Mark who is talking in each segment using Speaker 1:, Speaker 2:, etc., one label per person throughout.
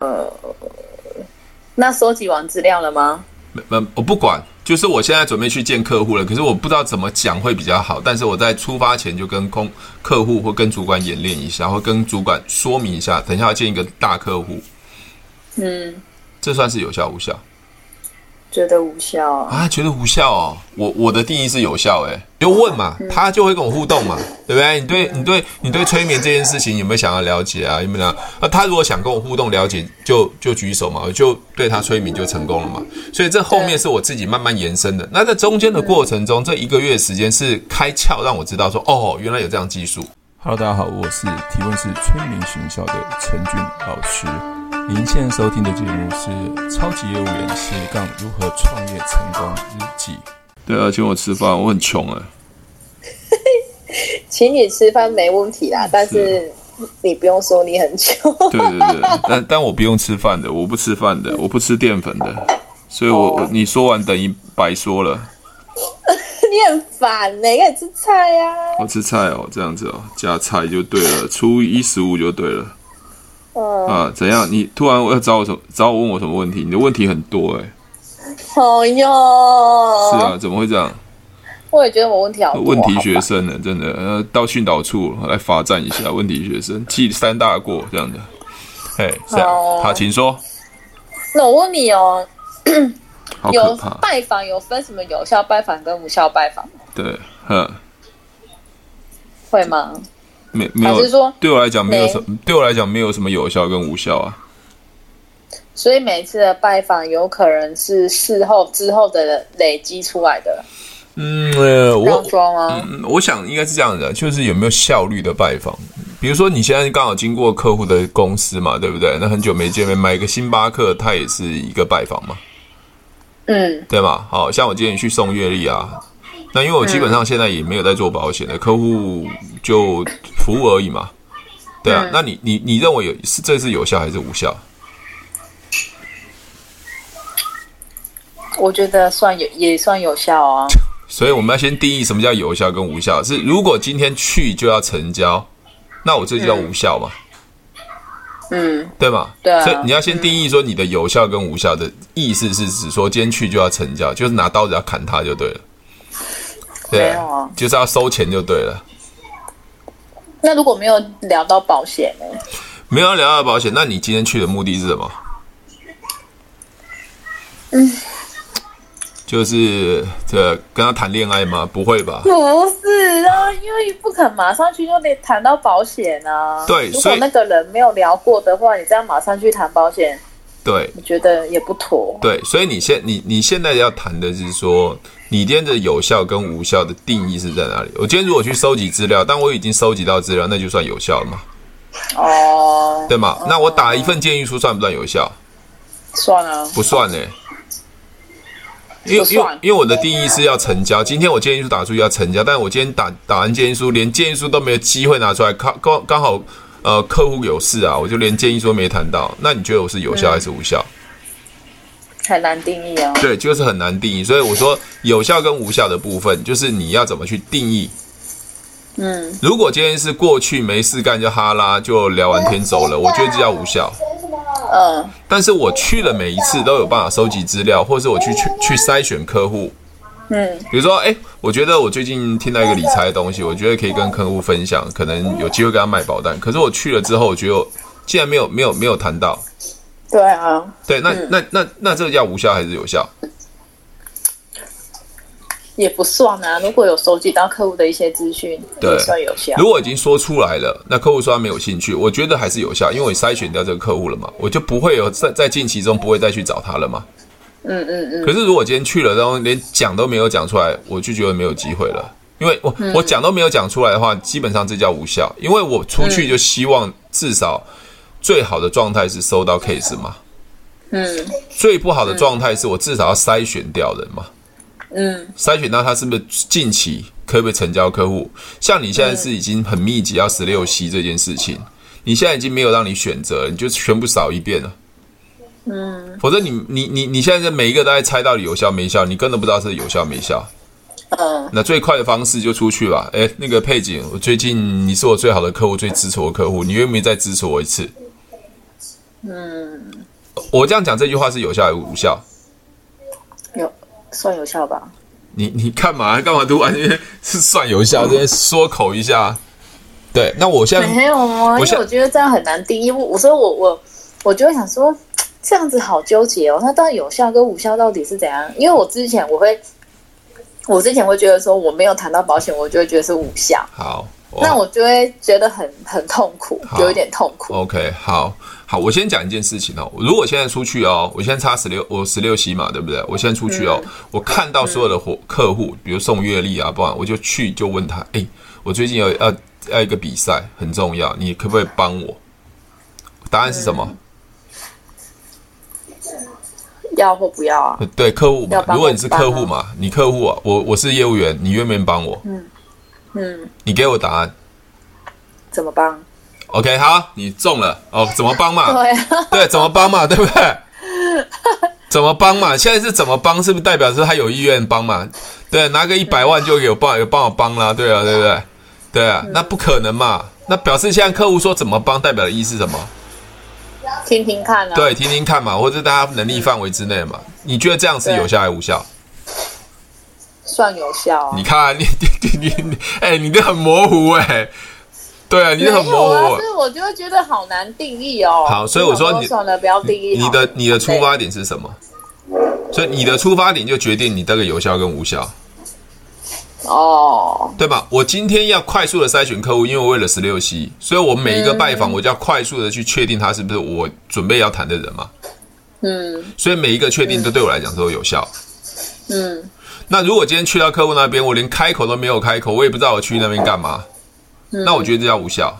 Speaker 1: 呃那收集完资料了吗？
Speaker 2: 没没，嗯我不管，就是我现在准备去见客户了，可是我不知道怎么讲会比较好。但是我在出发前就跟空客户或跟主管演练一下，或跟主管说明一下，等一下要见一个大客户，
Speaker 1: 嗯，
Speaker 2: 这算是有效无效
Speaker 1: 觉得无效啊。
Speaker 2: 啊？觉得无效哦，我我的定义是有效诶，就问嘛，他就会跟我互动嘛，对不对？你对你对你对催眠这件事情有没有想要了解啊？有没有想？那他如果想跟我互动了解，就就举手嘛，我就对他催眠就成功了嘛。所以这后面
Speaker 1: 对
Speaker 2: 是我自己慢慢延伸的。那在中间的过程中，这一个月的时间是开窍，让我知道说，哦，原来有这样技术。Hello，大家好，我是提问是催眠学校的陈俊老师。您现在收听的节目是《超级业务员斜杠如何创业成功日记》。对啊，请我吃饭，我很穷啊。
Speaker 1: 请你吃饭没问题啦，但是你不用说你很 穷。
Speaker 2: 对对对， 但但我不用吃饭的，我不吃饭的，我不吃淀粉的，所以我、我你说完等于白说了。
Speaker 1: 你很烦呢、欸，可以吃菜呀、啊。
Speaker 2: 我吃菜哦，这样子哦，加菜就对了，初一十五就对了
Speaker 1: 嗯，
Speaker 2: 啊。怎样？你突然要找我什么？找我问我什么问题？你的问题很多哎、
Speaker 1: 好哦哟。
Speaker 2: 是啊，怎么会这样？
Speaker 1: 我也觉得我问题好多。
Speaker 2: 呃
Speaker 1: 啊
Speaker 2: 问题
Speaker 1: 好
Speaker 2: 学
Speaker 1: 吧
Speaker 2: 生呢，真的，呃，到训导处来罚站一下问题学生，记三大过这样的。哎，是啊
Speaker 1: 哦，
Speaker 2: 好，请说。
Speaker 1: 那我问你哦，
Speaker 2: 好可
Speaker 1: 有
Speaker 2: 怕，
Speaker 1: 拜访有分什么有效拜访跟无效拜访吗
Speaker 2: 对，哼，
Speaker 1: 会吗？
Speaker 2: 没没
Speaker 1: 老实
Speaker 2: 有
Speaker 1: 说，
Speaker 2: 对我来讲没有
Speaker 1: 没
Speaker 2: 什么，对我来讲没有什么有效跟无效啊。
Speaker 1: 所以每次的拜访有可能是事后之后的累积出来的，
Speaker 2: 嗯，呃
Speaker 1: 这
Speaker 2: 我
Speaker 1: 样说吗？
Speaker 2: 嗯，我想应该是这样的，就是有没有效率的拜访。比如说你现在刚好经过客户的公司嘛，对不对？那很久没见面，买一个星巴克，它也是一个拜访嘛，
Speaker 1: 嗯，
Speaker 2: 对吗？好像我今天去送月历啊，那因为我基本上现在也没有在做保险的，客户就服务而已嘛，对啊。
Speaker 1: 嗯
Speaker 2: 那你你你认为有是这是有效还是无效？
Speaker 1: 我觉得算有也算有效啊。
Speaker 2: 所以我们要先定义什么叫有效跟无效。是如果今天去就要成交，那我这就叫无效嘛。
Speaker 1: 嗯，
Speaker 2: 对吗？
Speaker 1: 对啊
Speaker 2: 所以你要先定义说你的有效跟无效的意思是指说今天去就要成交，就是拿刀子要砍他就对了。对
Speaker 1: 没有啊，
Speaker 2: 就是要收钱就对了。
Speaker 1: 那如果没有聊到保险呢？
Speaker 2: 没有要聊到保险，那你今天去的目的是什么？就是这跟他谈恋爱吗？不会吧？
Speaker 1: 不是啊，因为不肯马上去就得谈到保险啊。
Speaker 2: 对
Speaker 1: 如
Speaker 2: 所
Speaker 1: 果
Speaker 2: 以
Speaker 1: 那个人没有聊过的话，你这样马上去谈保险，
Speaker 2: 对
Speaker 1: 我觉得也不妥。
Speaker 2: 对，所以你现你你现在要谈的是说，你今天的有效跟无效的定义是在哪里？我今天如果去收集资料，但我已经收集到资料，那就算有效了嘛？
Speaker 1: 哦，
Speaker 2: 对吗？那我打一份建议书算不算有效？
Speaker 1: 算了，
Speaker 2: 不算呢、欸因为
Speaker 1: 不
Speaker 2: 因为
Speaker 1: 算
Speaker 2: 因为我的定义是要成交，今天我建议书打出去要成交，但我今天打打完建议书，连建议书都没有机会拿出来，刚刚刚好呃客户有事啊，我就连建议书都没谈到，那你觉得我是有效还是无效？
Speaker 1: 很难定义啊。
Speaker 2: 对，就是很难定义，所以我说有效跟无效的部分，就是你要怎么去定义。
Speaker 1: 嗯，
Speaker 2: 如果今天是过去没事干就哈拉就聊完天走了，我觉得这叫无效。
Speaker 1: 嗯，
Speaker 2: 但是我去的每一次都有办法收集资料，或是我去去去筛选客户。
Speaker 1: 嗯，
Speaker 2: 比如说，哎、我觉得我最近听到一个理财的东西，我觉得可以跟客户分享，可能有机会跟他卖保单。可是我去了之后，我觉得我竟然没有没有没有谈到，
Speaker 1: 对啊，
Speaker 2: 对，那那那那这个叫无效还是有效？
Speaker 1: 也不算啊。如果有收集到客户的一些资讯，
Speaker 2: 对
Speaker 1: 也算有效。
Speaker 2: 如果已经说出来了，那客户说他没有兴趣，我觉得还是有效，因为我筛选掉这个客户了嘛，我就不会有在在近期中不会再去找他了嘛。
Speaker 1: 嗯嗯嗯，
Speaker 2: 可是如果今天去了，然后连讲都没有讲出来，我就觉得没有机会了。因为我
Speaker 1: 嗯
Speaker 2: 我讲都没有讲出来的话，基本上这叫无效。因为我出去就希望至少最好的状态是收到 case 嘛，
Speaker 1: 嗯
Speaker 2: 最不好的状态是我至少要筛选掉人嘛，
Speaker 1: 嗯，
Speaker 2: 筛选到他是不是近期可不可以成交客户。像你现在是已经很密集要十六期这件事情，你现在已经没有让你选择，你就全部扫一遍了。嗯，否则你你你你现在每一个都在猜到底有效没效，你根本不知道是有效没效。
Speaker 1: 嗯，
Speaker 2: 那最快的方式就出去吧。哎，那个佩景，我最近你是我最好的客户，最支持我的客户，你愿不愿意再支持我一次？嗯，我这样讲这句话是有效还是无效？
Speaker 1: 有算有效吧？
Speaker 2: 你你干嘛干嘛读完？因为是算有效，这边缩口一下。对，那我现在
Speaker 1: 没有啊，
Speaker 2: 我
Speaker 1: 因
Speaker 2: 现
Speaker 1: 为我觉得这样很难定义。我我说我我我就会想说，这样子好纠结哦。那到底有效跟无效到底是怎样？因为我之前我会，我之前会觉得说我没有谈到保险，我就会觉得是无效，
Speaker 2: 好，
Speaker 1: 那我就会觉得很很痛苦，
Speaker 2: 好哦
Speaker 1: 有一点痛苦。
Speaker 2: OK，好好，我先讲一件事情哦。如果现在出去哦，我现在差十六，我十六席嘛，对不对？我现在出去
Speaker 1: 嗯
Speaker 2: 哦，我看到所有的伙客户，比如送月历啊，不然我就去就问他，哎，我最近有要要一个比赛，很重要，你可不可以帮我？答案是什么？
Speaker 1: 要或不要啊？
Speaker 2: 呃对客户嘛
Speaker 1: 要，帮
Speaker 2: 如果
Speaker 1: 我
Speaker 2: 你是客户嘛，你客户啊，我我是业务员，你愿不愿意帮我？
Speaker 1: 嗯，
Speaker 2: 你给我答案。
Speaker 1: 怎么帮？
Speaker 2: OK，好，你中了哦，怎么帮嘛？
Speaker 1: 对啊，
Speaker 2: 对，怎么帮嘛，对不对？怎么帮嘛？现在是怎么帮？是不是代表说他有意愿帮嘛？对，啊拿个一百万就有帮有帮我帮啦，对啊，对不对？对啊，
Speaker 1: 嗯
Speaker 2: 那不可能嘛。那表示现在客户说怎么帮，代表的意思是什么？
Speaker 1: 嗯听听看啊。
Speaker 2: 对，听听看嘛，或者大家能力范围之内嘛。你觉得这样是有效还是无效？
Speaker 1: 算有效啊
Speaker 2: 你。看，你你你你，哎、你这很模糊哎、对啊，你
Speaker 1: 没
Speaker 2: 这
Speaker 1: 有
Speaker 2: 很模糊、
Speaker 1: 啊，所以我就会觉得好难定义哦。
Speaker 2: 好所以我说你
Speaker 1: 就想算了，不要定义好了。
Speaker 2: 你的你的出发点是什么？所以你的出发点就决定你这个有效跟无效。
Speaker 1: 哦，
Speaker 2: 对吧？我今天要快速的筛选客户，因为我为了十六 C，所以我每一个拜访，我就要快速的去确定他是不是我准备要谈的人嘛。
Speaker 1: 嗯
Speaker 2: 所以每一个确定都对我来讲都有效。
Speaker 1: 嗯。
Speaker 2: 那如果今天去到客户那边，我连开口都没有开口，我也不知道我去那边干嘛，
Speaker 1: 嗯
Speaker 2: 那我觉得这叫无效。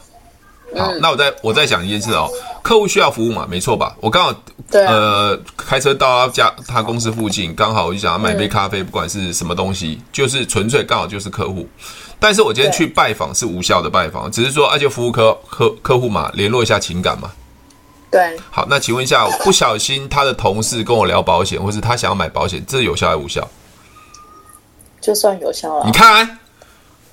Speaker 2: 好，那我再我再想一件事哦，客户需要服务嘛，没错吧？我刚好
Speaker 1: 对啊
Speaker 2: 呃，开车到他家他公司附近，刚好我就想要买杯咖啡，不管是什么东西，就是纯粹刚好就是客户。但是我今天
Speaker 1: 对
Speaker 2: 去拜访是无效的拜访，只是说啊，就服务客客客户嘛，联络一下情感嘛。
Speaker 1: 对，
Speaker 2: 好，那请问一下，不小心他的同事跟我聊保险，或是他想要买保险，这有效还是无效？
Speaker 1: 就算有效了
Speaker 2: 你。看，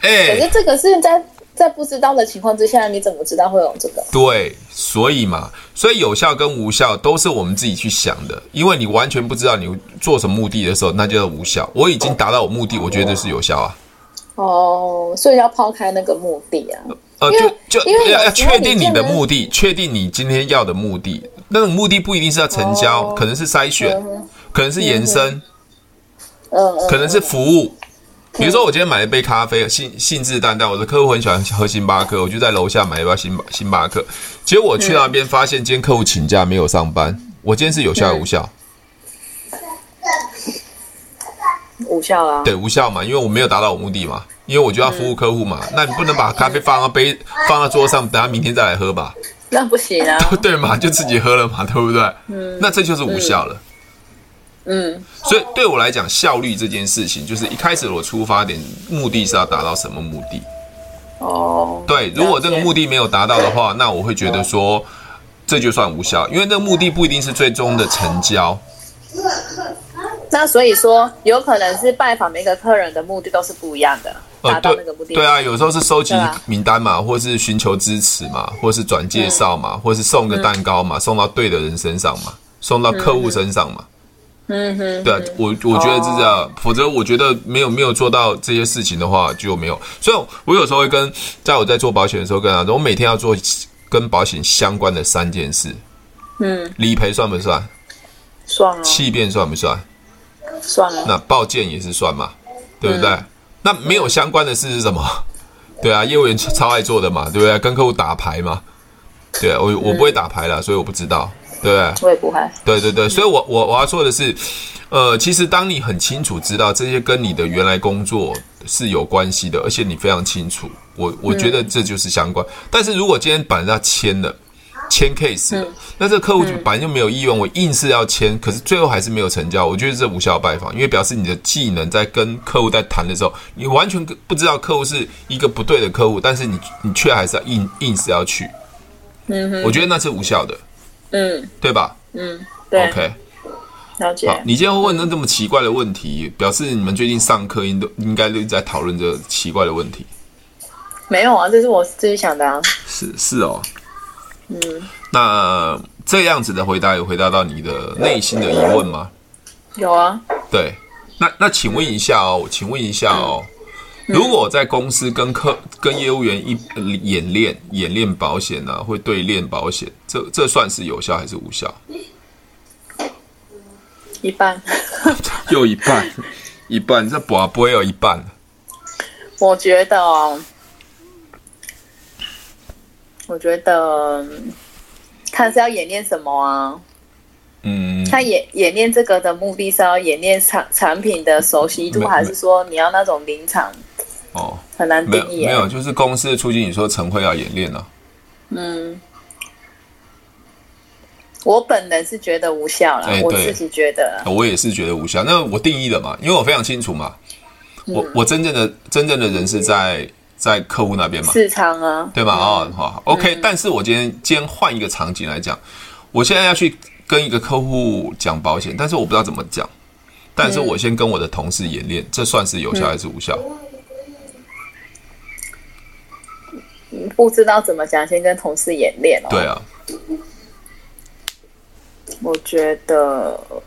Speaker 2: 哎、
Speaker 1: 可是这个是在在不知道的情况之下，你怎么知道会有这个？
Speaker 2: 对，所以嘛，所以有效跟无效都是我们自己去想的，因为你完全不知道你做什么目的的时候，那就是无效。我已经达到我目的，我觉得是有效啊。
Speaker 1: 哦，所以要抛开那个目的啊。
Speaker 2: 呃，
Speaker 1: 因为
Speaker 2: 就就
Speaker 1: 因为有
Speaker 2: 要要
Speaker 1: 时候
Speaker 2: 确定
Speaker 1: 你
Speaker 2: 你
Speaker 1: 真
Speaker 2: 的
Speaker 1: 的
Speaker 2: 目的，确定你今天要的目的。那种目的不一定是要成交，
Speaker 1: 哦
Speaker 2: 可能是筛选，
Speaker 1: 嗯哼
Speaker 2: 可能是延伸，
Speaker 1: 嗯嗯，
Speaker 2: 可能是服务。比如说，我今天买了一杯咖啡，信信誓旦旦，我的客户很喜欢喝星巴克，我就在楼下买一包星巴星巴克。结果我去那边发现，今天客户请假没有上班，我今天是有效还是无效？
Speaker 1: 嗯无效啊。
Speaker 2: 对，无效嘛，因为我没有达到我目的嘛，因为我就要服务客户嘛。
Speaker 1: 嗯
Speaker 2: 那你不能把咖啡放到杯放到桌上，等他明天再来喝吧，
Speaker 1: 那不行啊。
Speaker 2: 对嘛？就自己喝了嘛，对不对？嗯，那这就是无效了。
Speaker 1: 嗯，
Speaker 2: 所以对我来讲，效率这件事情，就是一开始我出发点目的是要达到什么目的？
Speaker 1: 哦，
Speaker 2: 对，如果这个目
Speaker 1: 的，
Speaker 2: 的没有达到的话，那我会觉得说这就算无效，因为那个目的不一定是最终的成交。
Speaker 1: 那所以说有可能是拜访每个客人的目的都是不一样的，达到那个目的。
Speaker 2: 对啊，有时候是收集
Speaker 1: 对啊
Speaker 2: 名单嘛，或是寻求支持嘛，或是转介绍嘛，或是送个蛋糕嘛，送到对的人身上嘛，送到客户身上嘛。
Speaker 1: 嗯哼，哦
Speaker 2: 对啊，我我觉得是这样，否则我觉得没有没有做到这些事情的话就没有。所以，我有时候会跟，在我在做保险的时候跟他说，我每天要做跟保险相关的三件事。
Speaker 1: 嗯，
Speaker 2: 理赔算不算？
Speaker 1: 算了，
Speaker 2: 气变算不算？
Speaker 1: 算了，
Speaker 2: 那报件也是算嘛，对不对？那没有相关的事是什么？对啊，业务员超爱做的嘛，对不对？跟客户打牌嘛，对啊我我不会打牌啦，所以我不知道，对不对？
Speaker 1: 我也不会。
Speaker 2: 对对对，所以我我我要说的是，呃，其实当你很清楚知道这些跟你的原来工作是有关系的，而且你非常清楚，我我
Speaker 1: 嗯
Speaker 2: 觉得这就是相关。但是如果今天把人家签了，签 case 了，
Speaker 1: 嗯
Speaker 2: 那这个客户就本来就没有意愿，我硬是要签，可是最后还是没有成交，我觉得这无效拜访，因为表示你的技能在跟客户在谈的时候，你完全不知道客户是一个不对的客户，但是你你却还是要硬硬是要去，
Speaker 1: 嗯哼，
Speaker 2: 我觉得那是无效的，
Speaker 1: 嗯
Speaker 2: 对吧
Speaker 1: 嗯，对
Speaker 2: ？OK。
Speaker 1: 了解。
Speaker 2: 好，你今天会问那这么奇怪的问题，表示你们最近上课应都应该都在讨论这个奇怪的问题。
Speaker 1: 没有啊，这是我自己想的啊。
Speaker 2: 是是哦，嗯，那这样子的回答有回答到你的内心的疑问吗？
Speaker 1: 有啊，
Speaker 2: 对，那那请问一下哦，请问一下哦，如果在公司跟客跟业务员一呃演练演练保险呢、啊，会对练保险，这这算是有效还是无效？
Speaker 1: 一半。
Speaker 2: 又一半，一半，这不不会有一半。
Speaker 1: 我觉得哦，我觉得嗯看是要演练什么啊？
Speaker 2: 嗯，
Speaker 1: 他演演练这个的目的是要演练产产品的熟悉
Speaker 2: 没
Speaker 1: 度，还是说你要那种临场
Speaker 2: 哦，
Speaker 1: 很难
Speaker 2: 没有
Speaker 1: 定义啊耶？
Speaker 2: 没有，就是公司的促经理说晨会要演练啊。
Speaker 1: 嗯，我本人是觉得无效啦，
Speaker 2: 哎
Speaker 1: 我
Speaker 2: 对
Speaker 1: 自己觉得啦。
Speaker 2: 我也是觉得无效。那我定义的嘛，因为我非常清楚嘛，我我真正的真正的人是在在客户那边嘛，
Speaker 1: 市场啊，
Speaker 2: 对吧？哦，好，OK、但是我今天今天换一个场景来讲，我现在要去跟一个客户讲保险，但是我不知道怎么讲。但是我先跟我的同事演练，这算是有效还是无效？
Speaker 1: 不知道怎么讲，先跟同事演练哦。
Speaker 2: 对，啊，
Speaker 1: 我觉得呃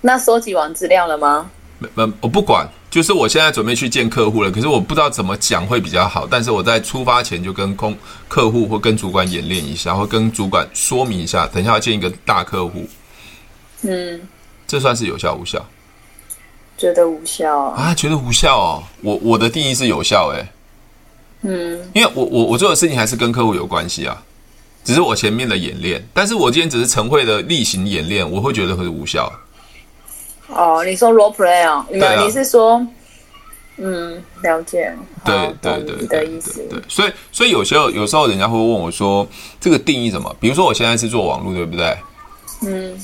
Speaker 1: 那收集完资料了吗？
Speaker 2: 没没嗯我不管，就是我现在准备去见客户了，可是我不知道怎么讲会比较好。但是我在出发前就跟空客户或跟主管演练一下，或跟主管说明一下，等一下要见一个大客户，
Speaker 1: 嗯，
Speaker 2: 这算是有效无效
Speaker 1: 觉得无效啊。
Speaker 2: 啊？觉得无效哦，我我的定义是有效诶、
Speaker 1: 嗯，
Speaker 2: 因为我我我做的事情还是跟客户有关系啊，只是我前面的演练，但是我今天只是晨会的例行演练，我会觉得会无效。啊
Speaker 1: 哦，你说 role play 哦，你们、
Speaker 2: 对啊
Speaker 1: 你是说，嗯，了解，好
Speaker 2: 对对
Speaker 1: 哦懂
Speaker 2: 对
Speaker 1: 你
Speaker 2: 对
Speaker 1: 的意思，
Speaker 2: 对，所以所以有时候有时候人家会问我说这个定义什么？比如说我现在是做网络，对不对？
Speaker 1: 嗯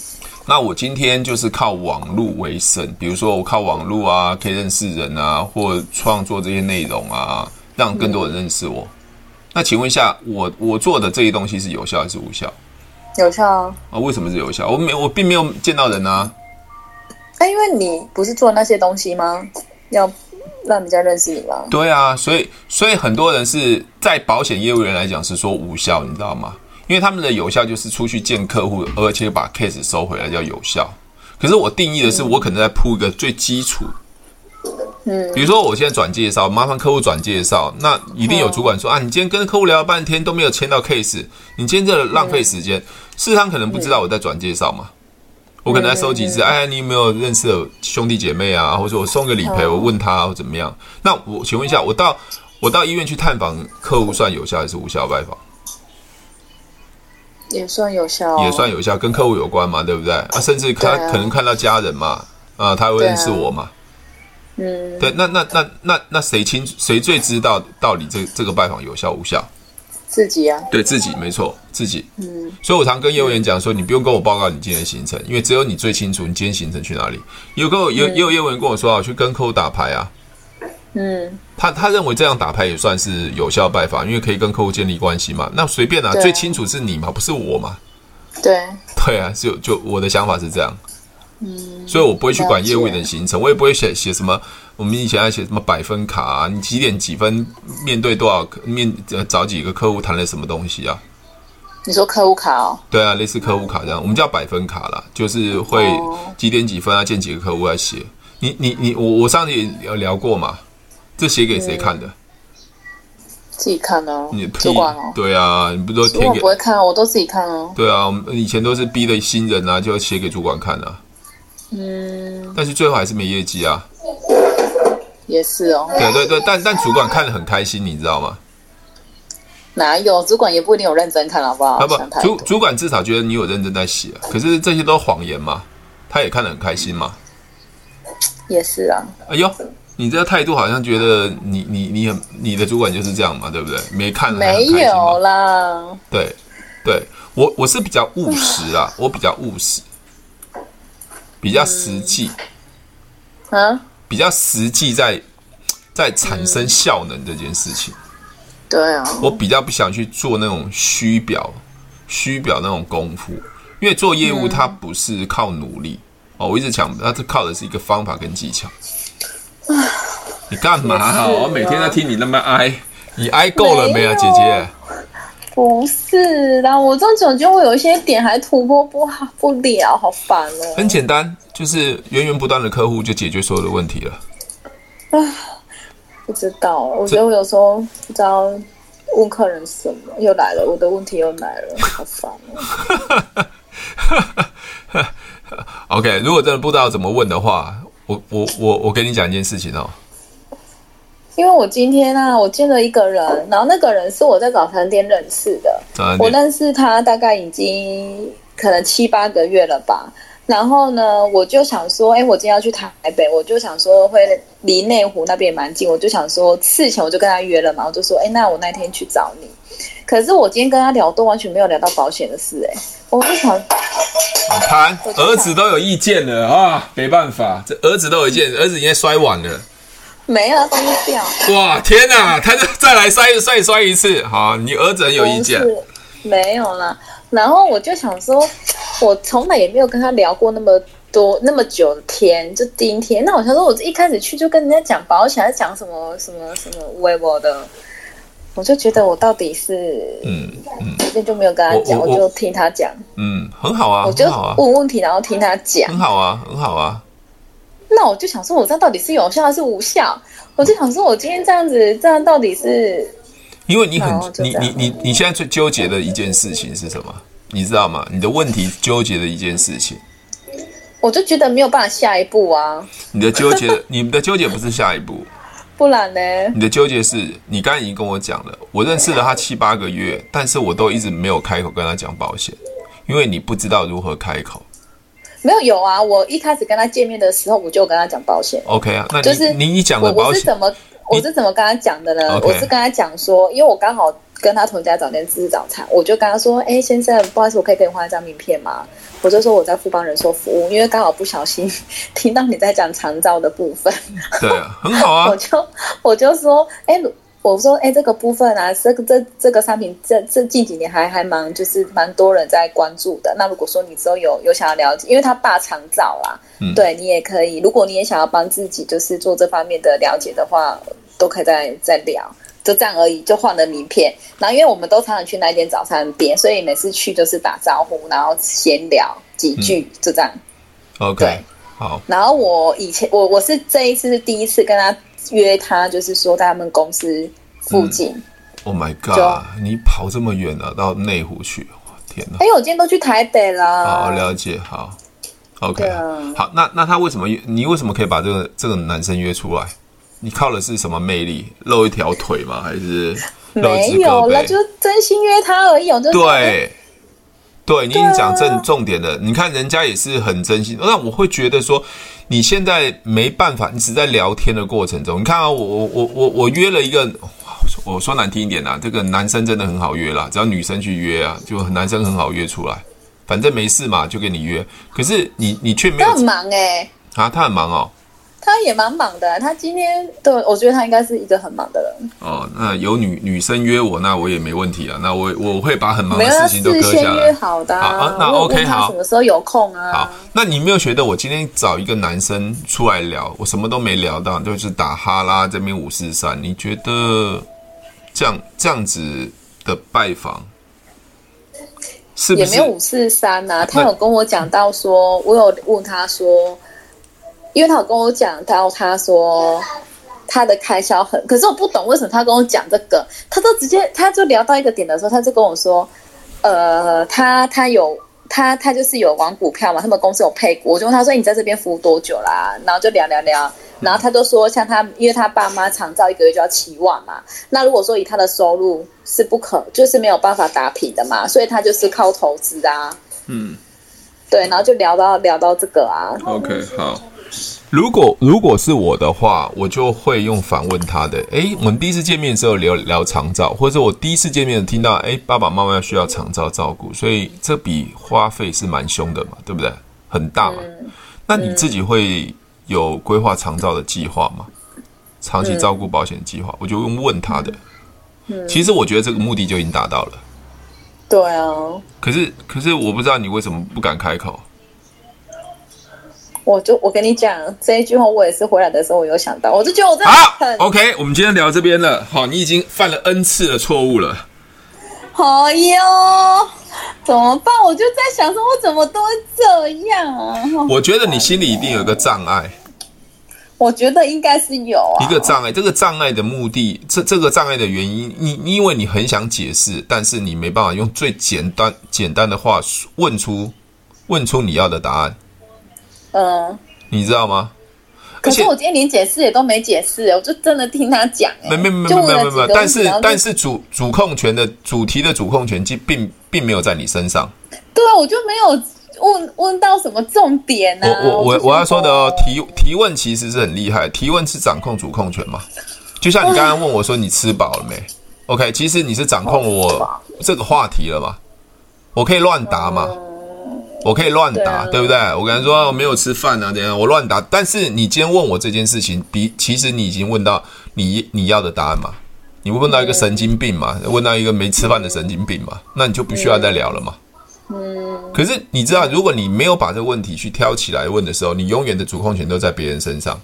Speaker 2: 那我今天就是靠网络为生，比如说我靠网络啊，可以认识人啊，或创作这些内容啊，让更多人认识我。那请问一下，我我做的这些东西是有效还是无效
Speaker 1: 有效啊。
Speaker 2: 啊？为什么是有效？我没我并没有见到人啊。
Speaker 1: 哎、因为你不是做那些东西吗？要让人家认识你吗？
Speaker 2: 对啊，所以所以很多人是在保险业务员来讲是说无效，你知道吗？因为他们的有效就是出去见客户，而且把 case 收回来叫有效。可是我定义的是，我可能在铺一个最基础，
Speaker 1: 嗯
Speaker 2: 比如说我现在转介绍，麻烦客户转介绍，那一定有主管说啊，你今天跟客户聊了半天都没有签到 case，你今天这浪费时间。事实上可能不知道我在转介绍嘛，我可能在收集资料，哎，你有没有认识的兄弟姐妹啊，或者我送个理赔，
Speaker 1: 嗯
Speaker 2: 我问他或怎么样？那我请问一下，我到我到医院去探访客户算有效还是无效拜访？
Speaker 1: 也算有效、哦，
Speaker 2: 也算有效，跟客户有关嘛，对不对？啊，甚至他
Speaker 1: 对啊
Speaker 2: 可能看到家人嘛，啊，他会认识
Speaker 1: 对啊
Speaker 2: 我嘛。
Speaker 1: 嗯，
Speaker 2: 对，那那那那那谁清谁最知道到底这这个拜访有效无效？
Speaker 1: 自己啊，
Speaker 2: 对自己没错，自己。
Speaker 1: 嗯
Speaker 2: 所以我常跟业务员讲说，你不用跟我报告你今天的行程，因为只有你最清楚你今天行程去哪里。有跟我有也有业务员跟我说啊，我去跟客户打牌啊，
Speaker 1: 嗯，
Speaker 2: 他他认为这样打牌也算是有效拜访，因为可以跟客户建立关系嘛。那随便啊，
Speaker 1: 对啊
Speaker 2: 最清楚是你嘛，不是我嘛。
Speaker 1: 对，
Speaker 2: 对啊，就就我的想法是这样，嗯，所以我不会去管业务员的行程，我也不会写写什么，我们以前要写什么百分卡啊，你几点几分面对多少客面呃找几个客户谈了什么东西啊？
Speaker 1: 你说客户卡哦，
Speaker 2: 对啊，类似客户卡这样，我们叫百分卡啦，就是会
Speaker 1: 哦
Speaker 2: 几点几分啊，见几个客户来写。你你你，我我上次也有聊过嘛，这写给谁看的？
Speaker 1: 自己看哦
Speaker 2: 你，屁
Speaker 1: 主管哦，
Speaker 2: 对啊，你不是说
Speaker 1: 如
Speaker 2: 填
Speaker 1: 果
Speaker 2: 给
Speaker 1: 不会看，我都自己看哦，
Speaker 2: 对啊，我们以前都是逼的新人啊，就写给主管看啊，
Speaker 1: 嗯，
Speaker 2: 但是最后还是没业绩啊。
Speaker 1: 也是哦，
Speaker 2: 对对对，但但主管看得很开心，你知道吗？
Speaker 1: 哪有主管也不一定有认真看，好不好？
Speaker 2: 啊不
Speaker 1: 想，太
Speaker 2: 主
Speaker 1: 多
Speaker 2: 主管至少觉得你有认真在写、啊，可是这些都谎言嘛，他也看得很开心嘛。
Speaker 1: 也是啊，
Speaker 2: 哎呦，你这态度好像觉得你你你很你的主管就是这样嘛，对不对？没看还
Speaker 1: 没
Speaker 2: 很开心嘛
Speaker 1: 有啦，
Speaker 2: 对对，我我是比较务实啊， 我比较务实，比较实际，
Speaker 1: 啊，
Speaker 2: 比较实际在在产
Speaker 1: 嗯
Speaker 2: 生效能这件事情。
Speaker 1: 对啊，
Speaker 2: 我比较不想去做那种虚表、虚表那种功夫，因为做业务它不是靠努力、哦。我一直讲，它是靠的是一个方法跟技巧。你干嘛、
Speaker 1: 也是啊
Speaker 2: 我每天在听你那么哀，你哀够了没啊，姐姐？
Speaker 1: 不是啦，我这种就会有一些点还突破不好不了，好烦哦、
Speaker 2: 很简单，就是源源不断的客户就解决所有的问题了。
Speaker 1: 不知道，我觉得我有时候不知道问客人什么，又来了，我的问题又来了，好烦哦、
Speaker 2: OK，如果真的不知道怎么问的话，我我我我跟你讲一件事情哦，
Speaker 1: 因为我今天啊，我见了一个人，然后那个人是我在早餐店认识的，
Speaker 2: 早餐
Speaker 1: 我
Speaker 2: 店
Speaker 1: 认识他大概已经可能七八个月了吧。然后呢，我就想说，哎，我今天要去台北，我就想说会离内湖那边也蛮近，我就想说事前我就跟他约了嘛，我就说，哎，那我那天去找你。可是我今天跟他聊，都完全没有聊到保险的事、哎，我就想，
Speaker 2: 你看
Speaker 1: 我知道
Speaker 2: 儿子都有意见了啊，没办法，这儿子都有意见，儿子已经在摔碗了。
Speaker 1: 没了，东西掉。
Speaker 2: 哇，天哪，他就再来摔摔摔一次，好，你儿子很有意见
Speaker 1: 不。是没有啦。然后我就想说，我从来也没有跟他聊过那么多那么久的天，就第一天。那我想说，我一开始去就跟人家讲保险，还讲什么什么什么微博的，我就觉得我到底是
Speaker 2: 嗯
Speaker 1: 那天就没有跟他讲，
Speaker 2: 我
Speaker 1: 我
Speaker 2: 我
Speaker 1: 就听他讲，
Speaker 2: 嗯，很好啊，
Speaker 1: 我就
Speaker 2: 很好啊，
Speaker 1: 问问题，然后听他讲。
Speaker 2: 很好啊，很好啊。
Speaker 1: 那我就想说，我这样到底是有效还是无效？我就想说，我今天这样子，这样到底是
Speaker 2: 因为你很
Speaker 1: 然后，就
Speaker 2: 你
Speaker 1: 这样
Speaker 2: 你你你现在最纠结的一件事情是什么？你知道吗？你的问题纠结的一件事情，
Speaker 1: 我就觉得没有办法下一步啊，
Speaker 2: 你的纠 结，你的纠结不是下一步，
Speaker 1: 不然呢？
Speaker 2: 你的纠结是你刚才已经跟我讲了，我认识了他七八个月，但是我都一直没有开口跟他讲保险，因为你不知道如何开口。
Speaker 1: 没有有啊，我一开始跟他见面的时候，我就有跟他讲保险。
Speaker 2: OK 啊，那你、
Speaker 1: 就是
Speaker 2: 你你讲
Speaker 1: 我
Speaker 2: 的
Speaker 1: 我
Speaker 2: 保
Speaker 1: 是
Speaker 2: 险
Speaker 1: 怎么我是怎么跟他讲的呢？
Speaker 2: OK
Speaker 1: 我是跟他讲说，因为我刚好跟他同一家早餐店吃早餐，我就跟他说：“哎、先生，不好意思，我可以给你换一张名片吗？”我就说我在富邦人寿服务，因为刚好不小心 听到你在讲长照的部分，
Speaker 2: 对，很好 啊
Speaker 1: 我，就我就说：“哎、我说，哎、这个部分啊，这个这这个商品，这这近几年还还蛮就是蛮多人在关注的。那如果说你之后有有想要了解，因为他爸长照啦，
Speaker 2: 嗯
Speaker 1: 对你也可以。如果你也想要帮自己就是做这方面的了解的话，都可以再再聊，就这样而已，就换了名片。然后因为我们都常常去那一间早餐店，所以每次去就是打招呼，然后闲聊几句，
Speaker 2: 嗯
Speaker 1: 就这样。
Speaker 2: ，OK，
Speaker 1: 对
Speaker 2: 好，
Speaker 1: 然后我以前我我是这一次是第一次跟他约他，就是说在他们公司附近。
Speaker 2: Oh my god！你跑这么远啊，到内湖去，哇天哪！
Speaker 1: 哎、我今天都去台北了。
Speaker 2: 好，了解，好，OK，
Speaker 1: 啊对啊
Speaker 2: 好，那那他为什么你为什么可以把这个这个男生约出来？你靠的是什么魅力？露一条腿吗？还是露一
Speaker 1: 没
Speaker 2: 只
Speaker 1: 有
Speaker 2: 胳
Speaker 1: 了，
Speaker 2: 膊？
Speaker 1: 就真心约他而已。我就 说，
Speaker 2: 对，对，你已
Speaker 1: 啊
Speaker 2: 经讲正重点了。你看人家也是很真心，那我会觉得说，你现在没办法，你只在聊天的过程中，你看啊，我我我我我约了一个。我说难听一点啦、啊这个男生真的很好约啦，只要女生去约啊，就男生很好约出来，反正没事嘛，就跟你约。可是你你却没有
Speaker 1: 他很忙哎、
Speaker 2: 啊，他很忙哦，
Speaker 1: 他也蛮忙的。啊他今天对我觉得他应该是一个很忙的人，
Speaker 2: 哦，那有女女生约我，那我也没问题啊，那我我会把很忙
Speaker 1: 没
Speaker 2: 的
Speaker 1: 有
Speaker 2: 事
Speaker 1: 他
Speaker 2: 情
Speaker 1: 事
Speaker 2: 都割
Speaker 1: 先
Speaker 2: 下来。
Speaker 1: 约好的、
Speaker 2: 好啊那
Speaker 1: 我有
Speaker 2: OK，
Speaker 1: 问他
Speaker 2: 好
Speaker 1: 什么时候有空
Speaker 2: 好
Speaker 1: 啊？，
Speaker 2: 那你没有觉得我今天找一个男生出来聊，我什么都没聊到，就是打哈拉这边五四三，你觉得这样这样子的拜访是不
Speaker 1: 也
Speaker 2: 是
Speaker 1: 没有五四三呐。他有跟我讲到说，我有问他说，因为他有跟我讲到他说。他的开销很，可是我不懂为什么他跟我讲这个，他都直接他就聊到一个点的时候，他就跟我说，呃，他他有他他就是有玩股票嘛，他们公司有配股，我就问他说你在这边服务多久啦？然后就聊聊聊，然后他就说像他，因为他爸妈长照一个月就要七万
Speaker 2: 嗯
Speaker 1: 嘛，那如果说以他的收入是不可，就是没有办法打平的嘛，所以他就是靠投资啊，
Speaker 2: 嗯
Speaker 1: 对，然后就聊到聊到这个啊，
Speaker 2: ，OK，好。如果如果是我的话，我就会用反问他的。诶，我们第一次见面的时候聊聊长照，或者我第一次见面听到，诶，爸爸妈妈需要长照照顾，所以这笔花费是蛮凶的嘛，对不对？很大嘛。那你自己会有规划长照的计划吗？长期照顾保险计划，我就用问他的。其实我觉得这个目的就已经达到了，
Speaker 1: 对啊，
Speaker 2: 可是可是我不知道你为什么不敢开口。
Speaker 1: 我就我跟你讲这一句话，我也是回来的时候我有想到，我就觉得我真的
Speaker 2: 好
Speaker 1: 很
Speaker 2: ，OK，我们今天聊这边了。好，你已经犯了 N 次的错误了。
Speaker 1: 好哟，怎么办？我就在想说，我怎么都会这样啊？
Speaker 2: 我觉得你心里一定有一个障碍，
Speaker 1: 我觉得应该是有啊
Speaker 2: 一。个障碍。这个障碍的目的，这这个障碍的原因，你你因为你很想解释，但是你没办法用最简单简单的话问出问出你要的答案，
Speaker 1: 嗯，
Speaker 2: 你知道吗？
Speaker 1: 可是
Speaker 2: 而且
Speaker 1: 我今天连解释也都没解释，我就真的听他讲、欸，
Speaker 2: 没没没
Speaker 1: 就
Speaker 2: 没
Speaker 1: 问
Speaker 2: 没
Speaker 1: 了
Speaker 2: 没
Speaker 1: 几个问，题
Speaker 2: 没但是
Speaker 1: 然后就
Speaker 2: 但是主主控权的主题的主控权其实并并没有在你身上。
Speaker 1: 对啊，我就没有问问到什么重点呢、
Speaker 2: 我
Speaker 1: 啊。
Speaker 2: 我我
Speaker 1: 就
Speaker 2: 我要
Speaker 1: 想
Speaker 2: 说的哦，提提问其实是很厉害，提问是掌控主控权嘛。就像你刚刚问我说你吃饱了没？OK，其实你是掌控我这个话题了嘛？我可以乱答嘛？我可以乱
Speaker 1: 对
Speaker 2: 答，
Speaker 1: 啊
Speaker 2: 对不对？我跟他说我没有吃饭啊，怎样？我乱答，但是你今天问我这件事情，比其实你已经问到你你要的答案嘛？你问到一个神经病嘛？
Speaker 1: 嗯
Speaker 2: 问到一个没吃饭的神经病嘛？那你就不需要再聊了嘛？
Speaker 1: 嗯
Speaker 2: 可是你知道，如果你没有把这个问题去挑起来问的时候，你永远的主控权都在别人身上。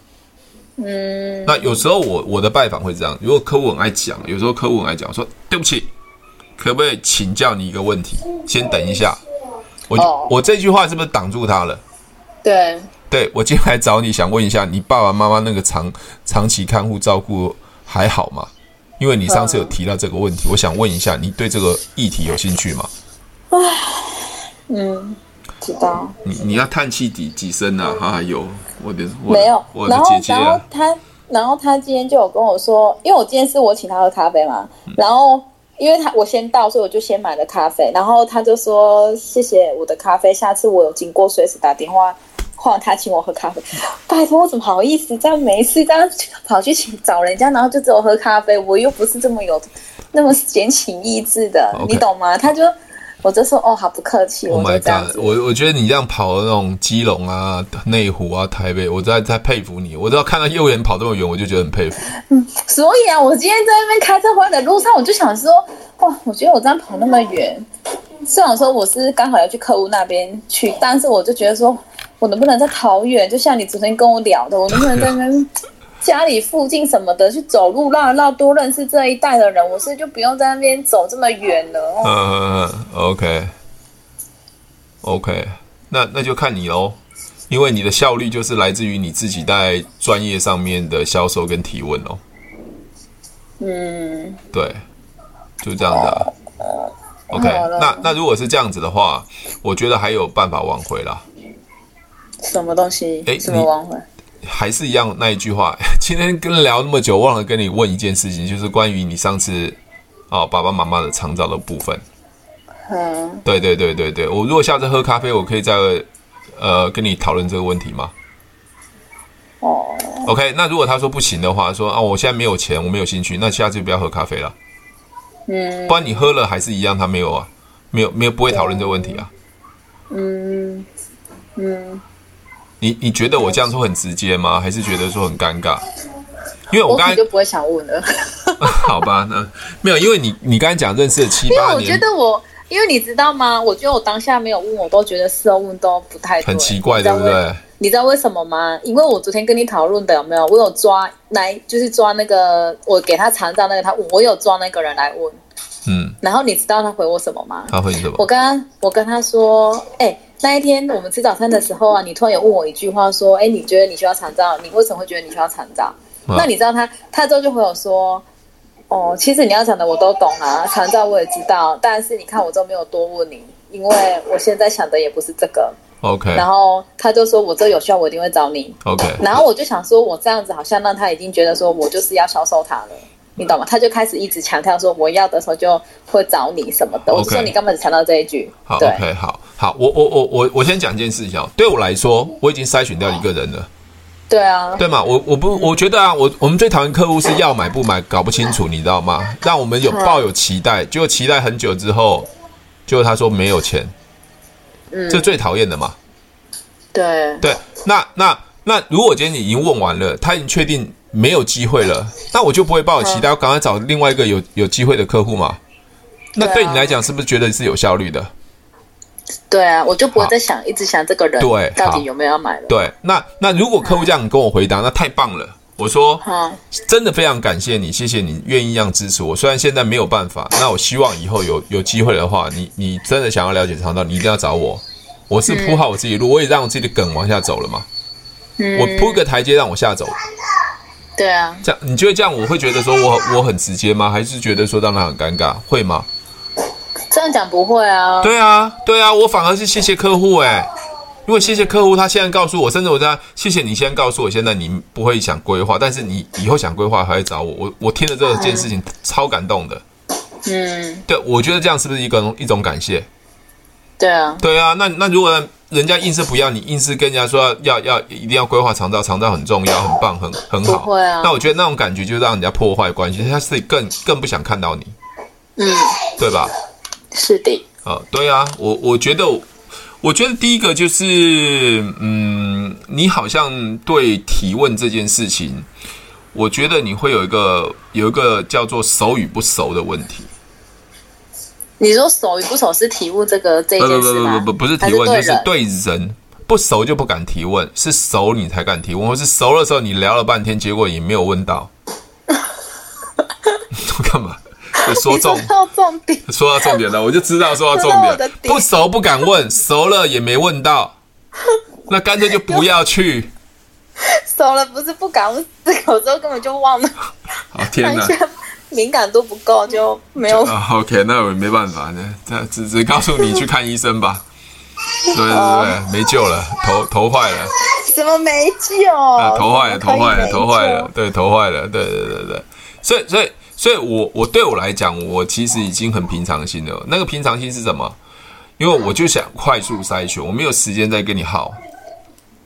Speaker 1: 嗯，
Speaker 2: 那有时候我我的拜访会这样，如果客户很爱讲，有时候客户很爱讲，我说对不起，可不可以请教你一个问题？先等一下，我就、
Speaker 1: 哦
Speaker 2: 我这句话是不是挡住他了？
Speaker 1: 对，
Speaker 2: 对我今天来找你，想问一下你爸爸妈妈那个长长期看护照顾还好吗？因为你上次有提到这个问题，我想问一下，你对这个议题有兴趣吗？
Speaker 1: 嗯，知道
Speaker 2: 你你要叹气几几声啊？啊，有我的我的
Speaker 1: 没有
Speaker 2: 我。的
Speaker 1: 然后
Speaker 2: 姐姐、
Speaker 1: 然后
Speaker 2: 啊，
Speaker 1: 他然后他今天就有跟我说，因为我今天是我请他喝咖啡嘛，
Speaker 2: 嗯
Speaker 1: 然后。因为他我先到，所以我就先买了咖啡，然后他就说谢谢我的咖啡，下次我有经过随时打电话换他请我喝咖啡。 拜托，我怎么好意思这样没事这样去跑去请找人家，然后就只有喝咖啡，我又不是这么有那么闲情逸致的
Speaker 2: OK
Speaker 1: 你懂吗？他就我就说哦，好不客气
Speaker 2: Oh
Speaker 1: 我
Speaker 2: my
Speaker 1: 就这样
Speaker 2: god！
Speaker 1: 子。
Speaker 2: 我我觉得你这样跑那种基隆啊、内湖啊、台北，我在在佩服你。我只要看到幼园跑这么远，我就觉得很佩服。
Speaker 1: 所以啊，我今天在那边开车回来的路上，我就想说，哇，我觉得我这样跑那么远，虽然说我是刚好要去客户那边去，但是我就觉得说，我能不能在桃园，就像你昨天跟我聊的，我能不能在那边家里附近什么的去走路绕一绕，多认识这一带的人，我是就不用在那边走这么远了。哦
Speaker 2: 嗯，OK，OK，、OK 那那就看你喽，因为你的效率就是来自于你自己在专业上面的销售跟提问哦。
Speaker 1: 嗯，哦
Speaker 2: 对，就这样子、啊。OK，
Speaker 1: 好了
Speaker 2: 那那如果是这样子的话，我觉得还有办法挽回啦。
Speaker 1: 什么东西
Speaker 2: 哎？
Speaker 1: 什么
Speaker 2: 你
Speaker 1: 挽回？
Speaker 2: 还是一样那一句话， 今天跟聊那么久，忘了跟你问一件事情，就是关于你上次哦爸爸妈妈的长照的部分。
Speaker 1: 嗯，
Speaker 2: 对对对对对，我如果下次喝咖啡，我可以再呃跟你讨论这个问题吗
Speaker 1: 哦，
Speaker 2: ？OK，那如果他说不行的话，说啊我现在没有钱，我没有兴趣，那下次就不要喝咖啡了，
Speaker 1: 嗯
Speaker 2: 不然你喝了还是一样，他没有啊，没有没有不会讨论这个问题啊。
Speaker 1: 嗯嗯，
Speaker 2: 你你觉得我这样说很直接吗？还是觉得说很尴尬？因为我
Speaker 1: 我
Speaker 2: 刚
Speaker 1: 可
Speaker 2: 才
Speaker 1: 能就不会想问了。
Speaker 2: 好吧，那没有，因为你你刚才讲认识了七
Speaker 1: 因为
Speaker 2: 八
Speaker 1: 我觉
Speaker 2: 年，
Speaker 1: 得我，因为你知道吗？我觉得我当下没有问，我都觉得事后问都不太对
Speaker 2: 很奇怪，
Speaker 1: 你知
Speaker 2: 对
Speaker 1: 道
Speaker 2: 不
Speaker 1: 为
Speaker 2: 对？
Speaker 1: 你知道为什么吗？因为我昨天跟你讨论的有没有？我有抓来，就是抓那个我给他查到那个他问，我有抓那个人来问。
Speaker 2: 嗯，
Speaker 1: 然后你知道他回我什么吗？
Speaker 2: 他会什
Speaker 1: 我
Speaker 2: 么？
Speaker 1: 跟他我跟他说，哎、那一天我们吃早餐的时候啊，你突然有问我一句话，说，哎、你觉得你需要长照？你为什么会觉得你需要长照？
Speaker 2: 嗯
Speaker 1: 那你知道他，他之后就回我说，哦，其实你要讲的我都懂啊，长照我也知道，但是你看我都没有多问你，因为我现在想的也不是这个。
Speaker 2: OK
Speaker 1: 然后他就说，我这有需要我一定会找你。
Speaker 2: OK，
Speaker 1: 然后我就想说，我这样子好像让他已经觉得说我就是要销售他了，你懂吗？他就开始一直强调说我要的时候就会找你什么的。我就
Speaker 2: OK
Speaker 1: 说你干嘛只强调这一句？
Speaker 2: 好
Speaker 1: 对
Speaker 2: OK，好好，我我我我我先讲一件事情哦，对我来说，我已经筛选掉一个人了，
Speaker 1: 对啊，
Speaker 2: 对吗？我我不我觉得啊，我我们最讨厌客户是要买不买，搞不清楚，你知道吗？让我们有抱有期待，结果期待很久之后，结果他说没有钱，
Speaker 1: 嗯，
Speaker 2: 这最讨厌的嘛。
Speaker 1: 对
Speaker 2: 对，那那那如果今天你已经问完了，他已经确定没有机会了，那我就不会抱有期
Speaker 1: 嗯
Speaker 2: 待，我赶快找另外一个有有机会的客户嘛。那
Speaker 1: 对啊
Speaker 2: 对你来讲，是不是觉得是有效率的？
Speaker 1: 对啊，我就不会再想一直想这个人
Speaker 2: 对
Speaker 1: 到
Speaker 2: 好
Speaker 1: 底有没有要买了。
Speaker 2: 对，那那如果客户这样跟我回答，那太棒了。我说
Speaker 1: 嗯，
Speaker 2: 真的非常感谢你，谢谢你愿意这样支持我。虽然现在没有办法，那我希望以后有有机会的话，你你真的想要了解肠道，你一定要找我。我是铺好我自己路，我也让我自己的梗往下走了嘛。
Speaker 1: 嗯
Speaker 2: 我铺一个台阶让我下走，
Speaker 1: 对啊，
Speaker 2: 这样你觉得这样我会觉得说我我很直接吗？还是觉得说让他很尴尬？会吗？
Speaker 1: 这样讲不会啊，
Speaker 2: 对啊，对啊，我反而是谢谢客户哎、如果谢谢客户，他现在告诉我，甚至我在谢谢你先告诉我，现在你不会想规划，但是你以后想规划还会找我，我我听了这件事情超感动的。
Speaker 1: 嗯，
Speaker 2: 对，我觉得这样是不是一个一种感谢？
Speaker 1: 对啊，
Speaker 2: 对啊，那那如果人家硬是不要你，硬是跟人家说要要要一定要规划长照，长照很重要，很棒，很很好。
Speaker 1: 不会啊
Speaker 2: 那我觉得那种感觉就让人家破坏关系，他是更更不想看到你，
Speaker 1: 嗯，
Speaker 2: 对吧？
Speaker 1: 是的，
Speaker 2: 啊，对啊，我我觉得，我觉得第一个就是，嗯，你好像对提问这件事情，我觉得你会有一个有一个叫做熟与不熟的问题。
Speaker 1: 你说熟与不熟是体悟这个这一
Speaker 2: 不
Speaker 1: 件
Speaker 2: 不
Speaker 1: 事
Speaker 2: 不
Speaker 1: 吗？
Speaker 2: 不不，不是
Speaker 1: 还
Speaker 2: 提问，
Speaker 1: 对
Speaker 2: 就是
Speaker 1: 人
Speaker 2: 对人不熟就不敢提问，是熟你才敢提问，或是熟的时候你聊了半天，结果也没有问到， 干嘛？就说
Speaker 1: 你说
Speaker 2: 中。
Speaker 1: 到重点，
Speaker 2: 说到重点了，我就知道说到
Speaker 1: 说
Speaker 2: 重
Speaker 1: 到我
Speaker 2: 点
Speaker 1: 的
Speaker 2: 了，
Speaker 1: 点
Speaker 2: 不熟不敢问，熟了也没问到，那干脆就不 要去。
Speaker 1: 熟了不是不敢，我有时候根本就忘了，
Speaker 2: 好哦天
Speaker 1: 完
Speaker 2: 哪！
Speaker 1: 全敏感度不够就没有。
Speaker 2: 啊，OK，那我也没办法，那那只只告诉你去看医生吧。对对对，没救了，头头坏了，
Speaker 1: 什么没救？
Speaker 2: 啊，头坏了，
Speaker 1: 怎么
Speaker 2: 头
Speaker 1: 哦可以
Speaker 2: 坏了，
Speaker 1: 没
Speaker 2: 头坏了
Speaker 1: 救，，
Speaker 2: 对，头坏了，对对对对。所以所以所以我我对我来讲，我其实已经很平常心了。那个平常心是什么？因为我就想快速筛选，我没有时间再跟你耗。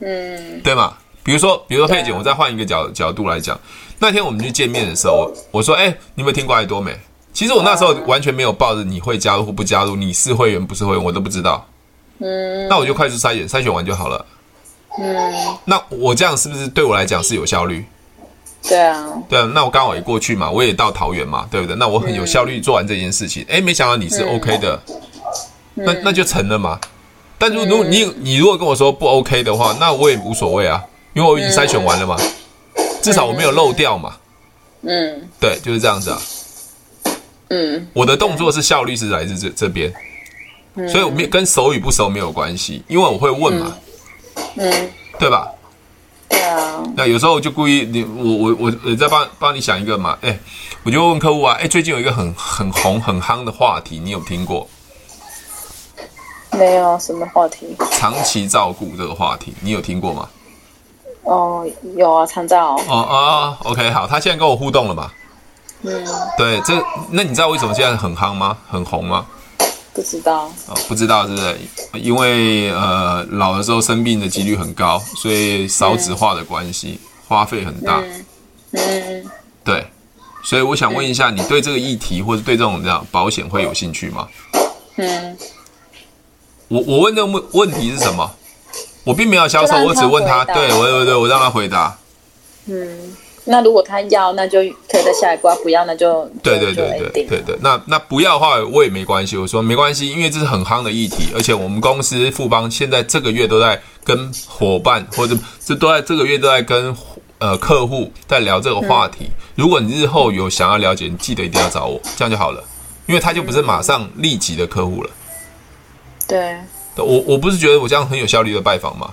Speaker 1: 嗯
Speaker 2: 对嘛？比如说，比如说
Speaker 1: 对啊
Speaker 2: 佩姐，我再换一个角角度来讲，那天我们去见面的时候，我我说，哎、你有没有听过爱多美？其实我那时
Speaker 1: 啊
Speaker 2: 候完全没有抱着你会加入或不加入，你是会员不是会员，我都不知道。
Speaker 1: 嗯
Speaker 2: 那我就快速筛选，筛选完就好了。
Speaker 1: 嗯，
Speaker 2: 那我这样是不是对我来讲是有效率？
Speaker 1: 对啊，
Speaker 2: 对啊，那我刚好也过去嘛，我也到桃园嘛，对不对？那我
Speaker 1: 嗯
Speaker 2: 很有效率做完这件事情。哎，没想到你是 OK 的，那
Speaker 1: 嗯
Speaker 2: 那就成了嘛。但如如果你你如果跟我说不 OK 的话，那我也无所谓啊，因为我已经筛选完了嘛，至少我没有漏掉嘛。
Speaker 1: 嗯
Speaker 2: 对，就是这样子啊。
Speaker 1: 嗯
Speaker 2: 我的动作是效率是来自这这边，所以我没跟熟与不熟没有关系，因为我会问嘛，
Speaker 1: 嗯，
Speaker 2: 对吧？
Speaker 1: 对啊，
Speaker 2: 那有时候就故意你我我我我在帮帮你想一个嘛，哎、我就问客户啊，哎、最近有一个很很红很夯的话题，你有听过
Speaker 1: 没有什么话题
Speaker 2: 长期照顾这个话题，你有听过吗？
Speaker 1: 哦，有啊，参照哦，
Speaker 2: 哦哦，OK，好，他现在跟我互动了嘛？
Speaker 1: 嗯，
Speaker 2: 对，这那你知道为什么现在很夯吗？很红吗？
Speaker 1: 不知道，
Speaker 2: 哦，不知道是不是？因为呃老的时候生病的几率很高，所以少子化的关系，花费很大。
Speaker 1: 嗯嗯，
Speaker 2: 对，所以我想问一下，你对这个议题或者对这种这样保险会有兴趣吗？
Speaker 1: 嗯，
Speaker 2: 我我问的问问题是什么？我并没有销
Speaker 1: 就
Speaker 2: 售，
Speaker 1: 让他
Speaker 2: 我只问他，
Speaker 1: 回答
Speaker 2: 对我对对，我让他回答。
Speaker 1: 那如果他要，那就可以再下一卦；不要，那就
Speaker 2: 对对对
Speaker 1: 就 ending
Speaker 2: 对对对，那那不要的话我也没关系，我说没关系，因为这是很夯的议题，而且我们公司富邦现在这个月都在跟伙伴或者这都在这个月都在跟呃客户在聊这个话题。如果你日后有想要了解，你记得一定要找我，这样就好了，因为他就不是马上立即的客户了。
Speaker 1: 对
Speaker 2: 我我不是觉得我这样很有效率的拜访嘛？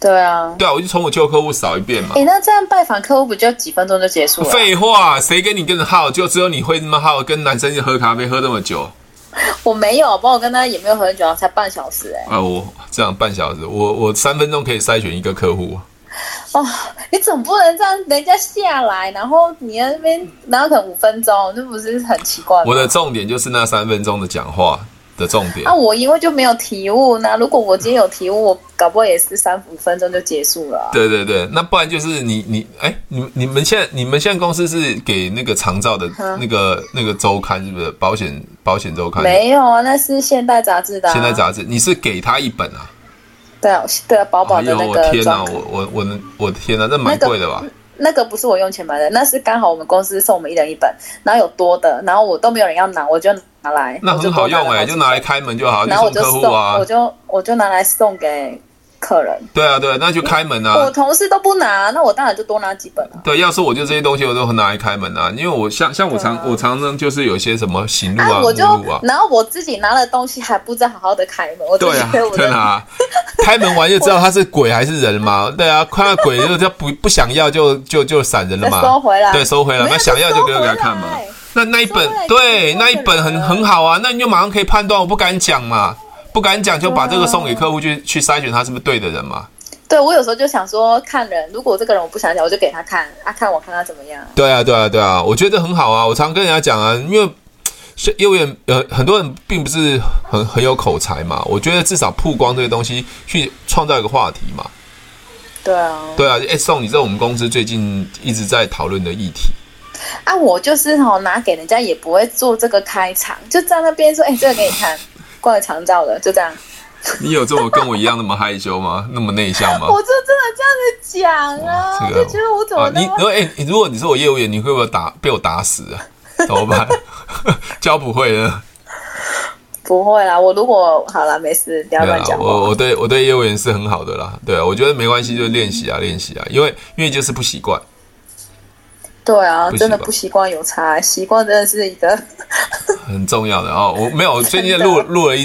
Speaker 1: 对啊。
Speaker 2: 对啊，我就从我旧客户扫一遍嘛。
Speaker 1: 诶，那这样拜访客户不就几分钟就结束了？
Speaker 2: 废话，谁跟你跟着耗？就只有你会那么耗，跟男生就喝咖啡喝那么久。
Speaker 1: 我没有，帮我跟他也没有很久，才半小时哎、
Speaker 2: 啊，我这样半小时，我我三分钟可以筛选一个客户，
Speaker 1: 哦，你总不能让人家下来，然后你在那边，然后可能五分钟，这不是很奇怪吗？
Speaker 2: 我的重点就是那三分钟的讲话的重点
Speaker 1: 啊，。我因为就没有体悟，那如果我今天有体悟，我搞不好也是三五分钟就结束了啊。
Speaker 2: 对对对，那不然就是你你哎，你你们现在你们现在公司是给那个长照的
Speaker 1: 嗯
Speaker 2: 那个那个周刊是不是保险保险周刊？
Speaker 1: 没有啊，那是现代杂志的、啊。
Speaker 2: 现在杂志你是给他一本啊？
Speaker 1: 对啊，对啊，宝宝
Speaker 2: 哎
Speaker 1: 的
Speaker 2: 呦
Speaker 1: 那
Speaker 2: 我
Speaker 1: 个
Speaker 2: 天哪，
Speaker 1: 装
Speaker 2: 我我我的我的天哪，那蛮贵的吧？
Speaker 1: 那个不是我用钱买的，那是刚好我们公司送我们一人一本，然后有多的，然后我都没有人要拿，我就拿来。
Speaker 2: 那
Speaker 1: 我就
Speaker 2: 很好
Speaker 1: 多拿
Speaker 2: 用
Speaker 1: 了
Speaker 2: 哎，
Speaker 1: 好几
Speaker 2: 就拿来
Speaker 1: 本。
Speaker 2: 开门就好，就
Speaker 1: 然后我
Speaker 2: 送
Speaker 1: 就
Speaker 2: 客
Speaker 1: 送，
Speaker 2: 户啊
Speaker 1: 我。就我就拿来送给客人，
Speaker 2: 对啊，对啊，那就开门
Speaker 1: 我
Speaker 2: 啊。
Speaker 1: 同事都不拿，那我当然就多拿几本啊。
Speaker 2: 对，要是我就这些东西我都很拿来开门啊，因为我像像我常、
Speaker 1: 对啊
Speaker 2: 我常常就是有一些什么行路
Speaker 1: 啊，
Speaker 2: 啊、
Speaker 1: 我就
Speaker 2: 目录啊，
Speaker 1: 然后我自己拿了东西还不知道好好的开门，我就
Speaker 2: 对
Speaker 1: 觉
Speaker 2: 啊，
Speaker 1: 得我
Speaker 2: 对
Speaker 1: 的
Speaker 2: 啊，开门完就知道他是鬼还是人嘛。对啊，看到鬼就就不不想要就就就闪人了
Speaker 1: 再
Speaker 2: 嘛。
Speaker 1: 收回来，
Speaker 2: 对，收回来，
Speaker 1: 没有
Speaker 2: 那想要就给我给他看嘛。那那一本
Speaker 1: 收回来
Speaker 2: 对，
Speaker 1: 就收回
Speaker 2: 那
Speaker 1: 来
Speaker 2: 一本很很好啊，那你就马上可以判断，我不敢讲嘛，不敢讲就把这个送给客户去去筛选他是不是对的人嘛。
Speaker 1: 对我有时候就想说看人，如果这个人我不想讲，我就给他看啊，看我看他怎么样。
Speaker 2: 对啊，对啊，对啊，我觉得很好啊，我常跟人家讲啊，因为。是业务员，呃，很多人并不是很很有口才嘛。我觉得至少曝光这个东西，去创造一个话题嘛。
Speaker 1: 对啊，
Speaker 2: 对啊，哎、送你知道我们公司最近一直在讨论的议题，
Speaker 1: 啊，我就是哦，拿给人家也不会做这个开场，就在那边说，哎、这个给你看，挂长照的，就这样。
Speaker 2: 你有这么跟我一样那么害羞吗？那么内向吗？
Speaker 1: 我就真的这样子讲啊，
Speaker 2: 哇这
Speaker 1: 我
Speaker 2: 个
Speaker 1: 就觉得我怎
Speaker 2: 啊
Speaker 1: 么，
Speaker 2: 你
Speaker 1: 那么、
Speaker 2: 如果哎、你如果你是我业务员，你会不会打被我打死啊？怎么办？ 教不会的，
Speaker 1: 不会啦？我如果好啦，没事，不要
Speaker 2: 对
Speaker 1: 乱
Speaker 2: 啊，
Speaker 1: 讲话。
Speaker 2: 我我对我对业务员是很好的啦，对啊，我觉得没关系，就练习啊练习啊，因为因为就是不习惯，
Speaker 1: 对啊
Speaker 2: 不，习惯
Speaker 1: 真的不习惯有差，习惯真的是一个
Speaker 2: 很重要的哦。我没有，我最近录
Speaker 1: 真的
Speaker 2: 录了一，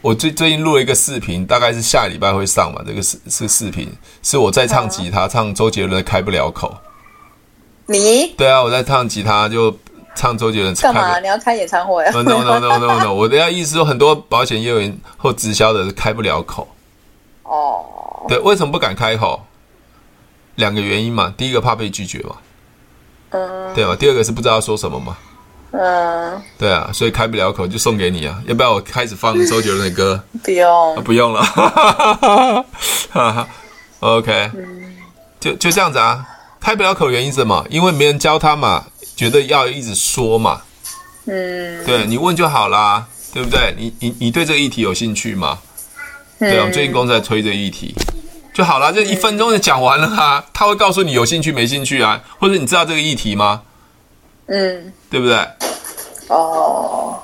Speaker 2: 我最最近录了一个视频，大概是下礼拜会上嘛，这个是是视频，是我在
Speaker 1: 嗯
Speaker 2: 唱吉他，唱周杰伦的《开不了口》。
Speaker 1: 你
Speaker 2: 对啊，我在唱吉他，就唱周杰伦。
Speaker 1: 干嘛？你要开演唱会啊？
Speaker 2: 呃 no no no no no，我的要意思说，很多保险业务员或直销的开不了口。
Speaker 1: 哦，
Speaker 2: 对，为什么不敢开口？两个原因嘛，第一个怕被拒绝嘛，
Speaker 1: 嗯
Speaker 2: 对吧？第二个是不知道说什么嘛，
Speaker 1: 嗯，
Speaker 2: 对啊，所以开不了口就送给你啊。要不要我开始放周杰伦的歌？
Speaker 1: 不用
Speaker 2: 啊、。不用了，哈哈 OK，就就这样子啊。开不了口原因是什么？因为没人教他嘛，觉得要一直说嘛。
Speaker 1: 嗯
Speaker 2: 对你问就好啦，对不对？你你你对这个议题有兴趣吗？
Speaker 1: 嗯
Speaker 2: 对，我们最近公司在推这个议题就好啦，这一分钟就讲完了啊。他会告诉你有兴趣没兴趣啊，或者你知道这个议题吗？
Speaker 1: 嗯，
Speaker 2: 对不对？
Speaker 1: 哦，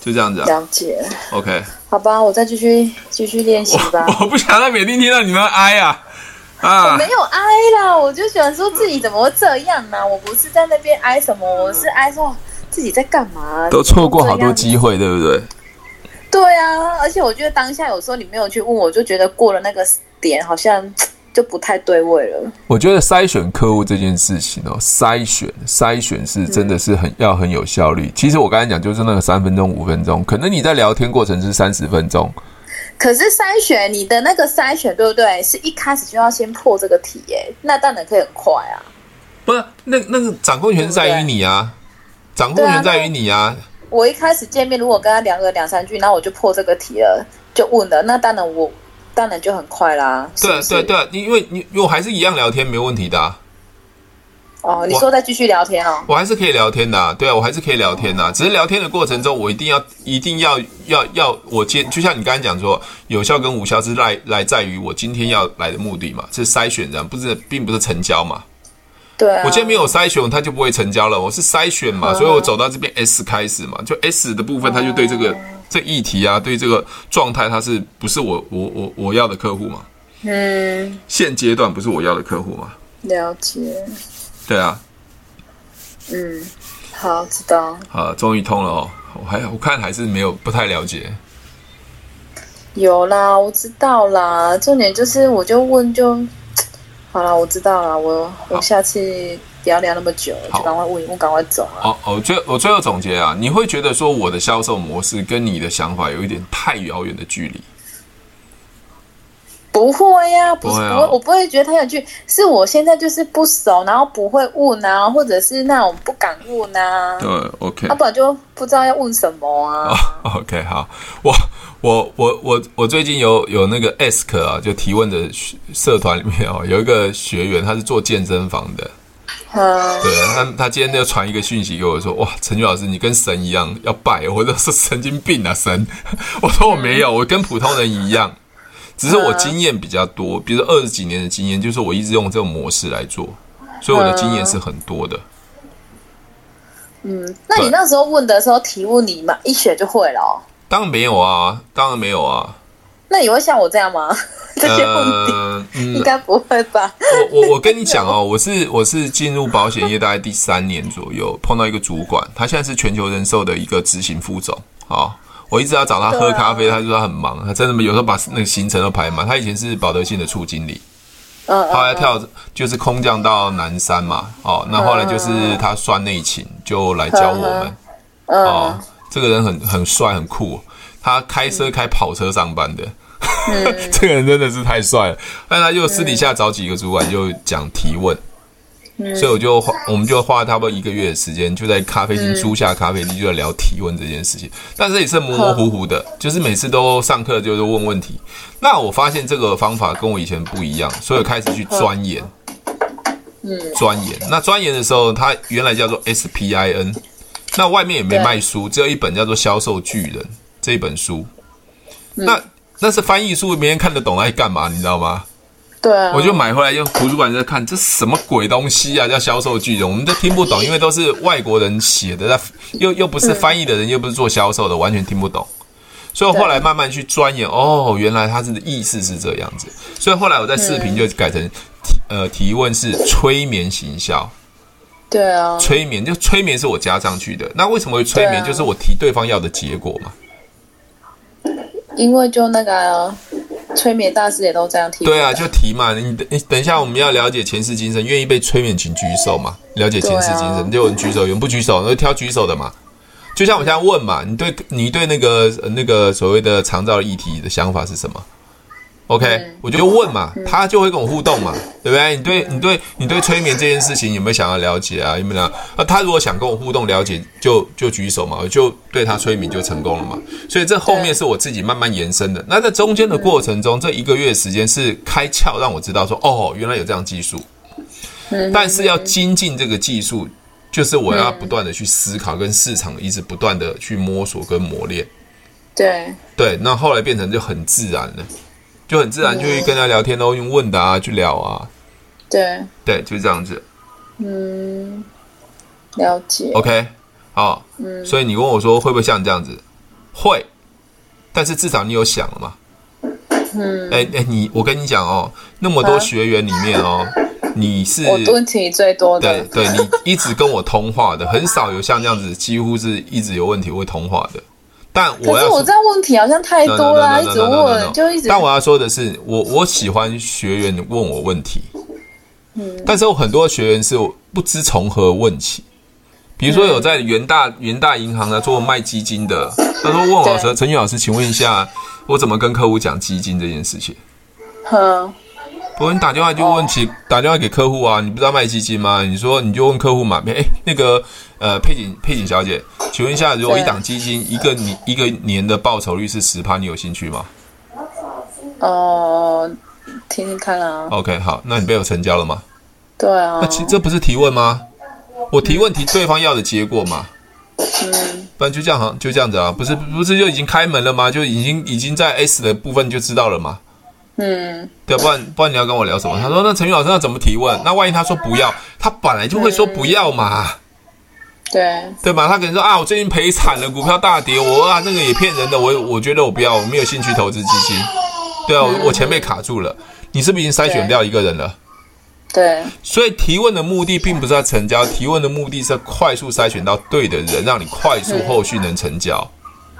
Speaker 2: 就这样子啊。
Speaker 1: 了解。
Speaker 2: OK，
Speaker 1: 好吧，我再继续继续练习吧。
Speaker 2: 我不想在每天听到你们哀啊
Speaker 1: 我
Speaker 2: 啊
Speaker 1: 没！有哀啦，我就想说自己怎么会这样呢、我不是在那边哀什么，我是哀说自己在干嘛，
Speaker 2: 都错过好多
Speaker 1: 会。
Speaker 2: 机会，对不对？
Speaker 1: 对啊，而且我觉得当下有时候你没有去问，我就觉得过了那个点，好像就不太对味了。
Speaker 2: 我觉得筛选客户这件事情哦，筛选筛选是真的是很、要很有效率。其实我刚才讲就是那个三分钟、五分钟，可能你在聊天过程是三十分钟，
Speaker 1: 可是筛选你的那个筛选，对不对？是一开始就要先破这个题、耶，那当然可以很快啊。
Speaker 2: 不是那那个掌控权在于你啊，掌控权在于你啊。
Speaker 1: 我一开始见面，如果跟他聊个两三句，然后我就破这个题了，就问了，那当然我当然就很快啦。是
Speaker 2: 对啊
Speaker 1: 不是
Speaker 2: 对对，你因为你我还是一样聊天没问题的、啊，
Speaker 1: 哦，你说再继续聊天哦。
Speaker 2: 我还是可以聊天的、啊，对啊，我还是可以聊天的、啊。只是聊天的过程中，我一定要一定要要要我接，就像你刚才讲说，有效跟无效是来来在于我今天要来的目的嘛，是筛选的，不是并不是成交嘛。
Speaker 1: 对啊，
Speaker 2: 我今天没有筛选，它就不会成交了。我是筛选嘛，所以我走到这边 S 开始嘛，就 S 的部分，它就对这个这议题啊，对这个状态，它是不是我我我我要的客户嘛？
Speaker 1: 嗯，
Speaker 2: 现阶段不是我要的客户嘛？
Speaker 1: 了解，
Speaker 2: 对啊，
Speaker 1: 嗯，好，知道。
Speaker 2: 啊，终于通了哦。我还我看还是没有不太了解，
Speaker 1: 有啦，我知道啦。重点就是，我就问就，好啦，我知道啦。我我下次不要聊那么久，
Speaker 2: 好
Speaker 1: 就赶快问一问，赶快走啊。
Speaker 2: 哦哦，最我最后总结啊，你会觉得说我的销售模式跟你的想法有一点太遥远的距离，
Speaker 1: 不会呀、不是不
Speaker 2: 不会
Speaker 1: 会，
Speaker 2: 啊
Speaker 1: 我不会觉得他有趣，是我现在就是不熟，然后不会问啊，或者是那种不敢问啊，
Speaker 2: 对，OK，
Speaker 1: 要、不然就不知道要问什么啊。
Speaker 2: 哦，OK，好，我我我我我最近有有那个 ask 啊，就提问的学社团里面哦，有一个学员他是做健身房的，
Speaker 1: 嗯，
Speaker 2: 对他他今天就传一个讯息给我说，哇，陈俊老师你跟神一样要拜，我都是神经病啊神，我说我没有，我跟普通人一样，只是我经验比较多，比如说二十几年的经验，就是我一直用这种模式来做，所以我的经验是很多的。
Speaker 1: 嗯，那你那时候问的时候提问你嘛，一学就会了、哦。
Speaker 2: 当然没有啊，当然没有啊，
Speaker 1: 那你会像我这样吗？这些问题、
Speaker 2: 呃，嗯
Speaker 1: 应，该不会吧？
Speaker 2: 我我我跟你讲哦，我是我是进入保险业大概第三年左右，碰到一个主管，他现在是全球人寿的一个执行副总哦。我一直要找他
Speaker 1: 啊
Speaker 2: 喝咖啡，他就说他很忙，他真的有时候把那个行程都排满。他以前是保德信的处经理，
Speaker 1: 嗯
Speaker 2: 后来
Speaker 1: 嗯，
Speaker 2: 跳就是空降到南山嘛，哦，那后来就是他算内勤，就来教我们。
Speaker 1: 嗯
Speaker 2: 哦，这个人很很帅很酷，他开车开跑车上班的， 这个人真的是太帅了。但他就私底下找几个主管就讲提问，所以我就花我们就花了差不多一个月的时间，就在咖啡厅租下咖啡厅就在聊提问这件事情。但是也是模模糊糊的，就是每次都上课就是问问题。那我发现这个方法跟我以前不一样，所以我开始去钻研。
Speaker 1: 嗯
Speaker 2: 钻研。那钻研的时候，它原来叫做 SPIN，那外面也没卖书，只有一本叫做《销售巨人》这一本书。
Speaker 1: 嗯
Speaker 2: 那那是翻译书，没人看得懂，来干嘛？你知道吗？
Speaker 1: 对啊，
Speaker 2: 我就买回来，用图书馆在看，这什么鬼东西啊？叫销售巨人，我们都听不
Speaker 1: 嗯
Speaker 2: 懂，因为都是外国人写的，那又又不是翻译的
Speaker 1: 嗯
Speaker 2: 人，又不是做销售的，完全听不懂。所以我后来慢慢去钻研，哦，原来他是意思是这样子。所以后来我在视频就改成提呃提问是催眠行销，
Speaker 1: 对啊，
Speaker 2: 催眠就催眠是我加上去的。那为什么会催
Speaker 1: 对
Speaker 2: 眠？
Speaker 1: 啊
Speaker 2: 就是我提对方要的结果嘛。
Speaker 1: 因为就那个啊催眠大师也都这样提，
Speaker 2: 对啊，就提嘛。你等你等一下，我们要了解前世今生，愿意被催眠请举手嘛。了解前世今
Speaker 1: 对
Speaker 2: 生，
Speaker 1: 啊
Speaker 2: 就有人举手，有人不举手，那就挑举手的嘛。就像我现在问嘛，你对你对那个呃那个所谓的长照议题的想法是什么？OK，、我就问嘛，
Speaker 1: 嗯
Speaker 2: 他就会跟我互动嘛，对不对？你对你对你对催眠这件事情有没有想要了解啊？有没有想？那他如果想跟我互动了解，就就举手嘛，我就对他催眠就成功了嘛。所以这后面
Speaker 1: 对嗯
Speaker 2: 是我自己慢慢延伸的。那在中间的过程中，这一个月的时间是开窍，让我知道说，哦，原来有这样技术。
Speaker 1: 嗯
Speaker 2: 但是要精进这个技术，就是我要不断的去思考，跟市场一直不断的去摸索跟磨练。
Speaker 1: 对
Speaker 2: 对，那后来变成就很自然了，就很自然就去跟他聊天喽，用问答啊去聊啊，
Speaker 1: 对，
Speaker 2: 对，就这样子。
Speaker 1: 嗯，了解，
Speaker 2: OK，好、
Speaker 1: 嗯
Speaker 2: 所以你问我说会不会像你这样子？会，但是至少你有想了嘛？嗯，哎哎，你我跟你讲哦，那么多
Speaker 1: 啊
Speaker 2: 学员里面哦，你是
Speaker 1: 我问题最多
Speaker 2: 对
Speaker 1: 的，
Speaker 2: 对，你一直跟我通话的，很少有像这样子，几乎是一直有问题会通话的。但我
Speaker 1: 可
Speaker 2: 要
Speaker 1: 是我这样问题好像太
Speaker 2: no, no,
Speaker 1: 多
Speaker 2: no,
Speaker 1: 啦，
Speaker 2: no,
Speaker 1: 一
Speaker 2: no,
Speaker 1: 直
Speaker 2: no, no, no, no.
Speaker 1: 问就一直，
Speaker 2: 但我要说的是，我我喜欢学员问我问题，
Speaker 1: 嗯
Speaker 2: 但是有很多学员是我不知从何问起。比如说有在元大元大银行呢啊做卖基金的，他说问我老师
Speaker 1: 对
Speaker 2: 陈宇老师，请问一下，我怎么跟客户讲基金这件事情？
Speaker 1: 哼，
Speaker 2: 我你打电话就问
Speaker 1: 哦
Speaker 2: 起，打电话给客户啊，你不知道卖基金吗？你说你就问客户嘛，哎，那个呃，佩锦佩锦小姐，请问一下，如果一
Speaker 1: 对
Speaker 2: 档基金一个年一个年的报酬率是十趴，你有兴趣吗
Speaker 1: 哦，听听看啊，
Speaker 2: ？OK，好，那你被我成交了吗？
Speaker 1: 对啊
Speaker 2: 那，其这不是提问吗？我提问题对方要的结果嘛，
Speaker 1: 嗯，
Speaker 2: 不然就这样，好就这样子啊，不是不是就已经开门了吗？就已经已经在 S 的部分就知道了嘛。
Speaker 1: 嗯，
Speaker 2: 对，啊不然不然你要跟我聊什么？他说那陈宇老师那怎么提问？那万一他说不要，他本来就会说不要嘛。
Speaker 1: 对，
Speaker 2: 对吧？他可能说啊，我最近赔惨了，股票大跌，我啊那个也骗人的，我我觉得我不要，我没有兴趣投资基金。对啊，我我钱被卡住了。你是不是已经筛选掉一个人了？
Speaker 1: 对，
Speaker 2: 所以提问的目的并不是要成交，提问的目的是要快速筛选到对的人，让你快速后续能成交。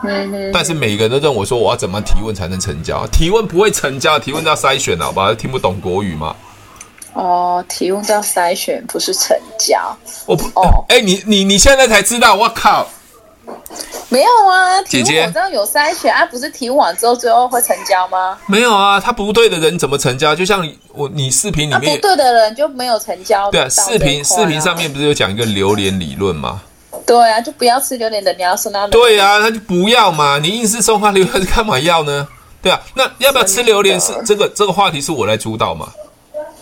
Speaker 1: 嗯哼，
Speaker 2: 但是每个人都认为说我要怎么提问才能成交？提问不会成交，提问都要筛选，好吧？听不懂国语吗？
Speaker 1: 哦，提问叫筛选，不是成交，
Speaker 2: 我不
Speaker 1: 哦，
Speaker 2: 哎、你你你现在才知道，我靠！
Speaker 1: 没有啊，提
Speaker 2: 姐姐
Speaker 1: 问我知道有筛选啊，不是提问完之后最后会成交吗？
Speaker 2: 没有啊，他不对的人怎么成交？就像我你视频里
Speaker 1: 啊，
Speaker 2: 面
Speaker 1: 不对的人就没有成交
Speaker 2: 对
Speaker 1: 到
Speaker 2: 啊，
Speaker 1: 这
Speaker 2: 视
Speaker 1: 一块啊。
Speaker 2: 频视频上面不是有讲一个榴莲理论吗？
Speaker 1: 对啊，就不要吃榴莲的，你要送到哪里
Speaker 2: 对啊，他就不要嘛，你硬是送他榴莲 干嘛要呢？对啊，那要不要吃榴莲是
Speaker 1: 真的
Speaker 2: 这个这个话题是我来主导嘛？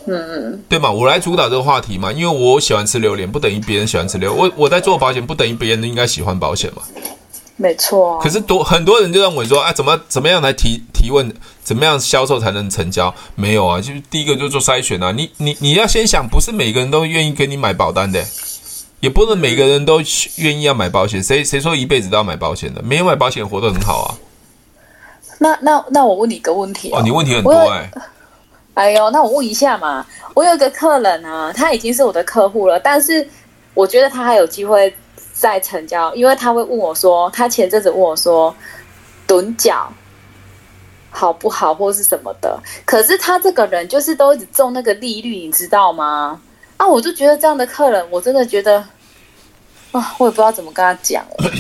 Speaker 2: 嗯，对嘛，我来主导这个话题嘛，因为我喜欢吃榴莲，不等于别人喜欢吃榴莲。我我在做保险，不等于别人应该喜欢保险嘛。
Speaker 1: 没错啊，
Speaker 2: 可是多很多人就认为说，啊，怎么怎么样来提提问，怎么样销售才能成交？没有啊，就是第一个就做筛选啊。你你你要先想，不是每个人都愿意给你买保单的，也不能每个人都愿意要买保险。谁谁说一辈子都要买保险的？没有买保险活得很好啊。
Speaker 1: 那那那我问你一个问题啊
Speaker 2: 哦，你问题很多
Speaker 1: 我有
Speaker 2: 哎、
Speaker 1: 哎呦，那我问一下嘛，我有一个客人啊，他已经是我的客户了，但是我觉得他还有机会再成交，因为他会问我说，他前阵子问我说，趸脚好不好，或是什么的，可是他这个人就是都一直中那个利率，你知道吗？啊，我就觉得这样的客人，我真的觉得啊，我也不知道怎么跟他讲、欸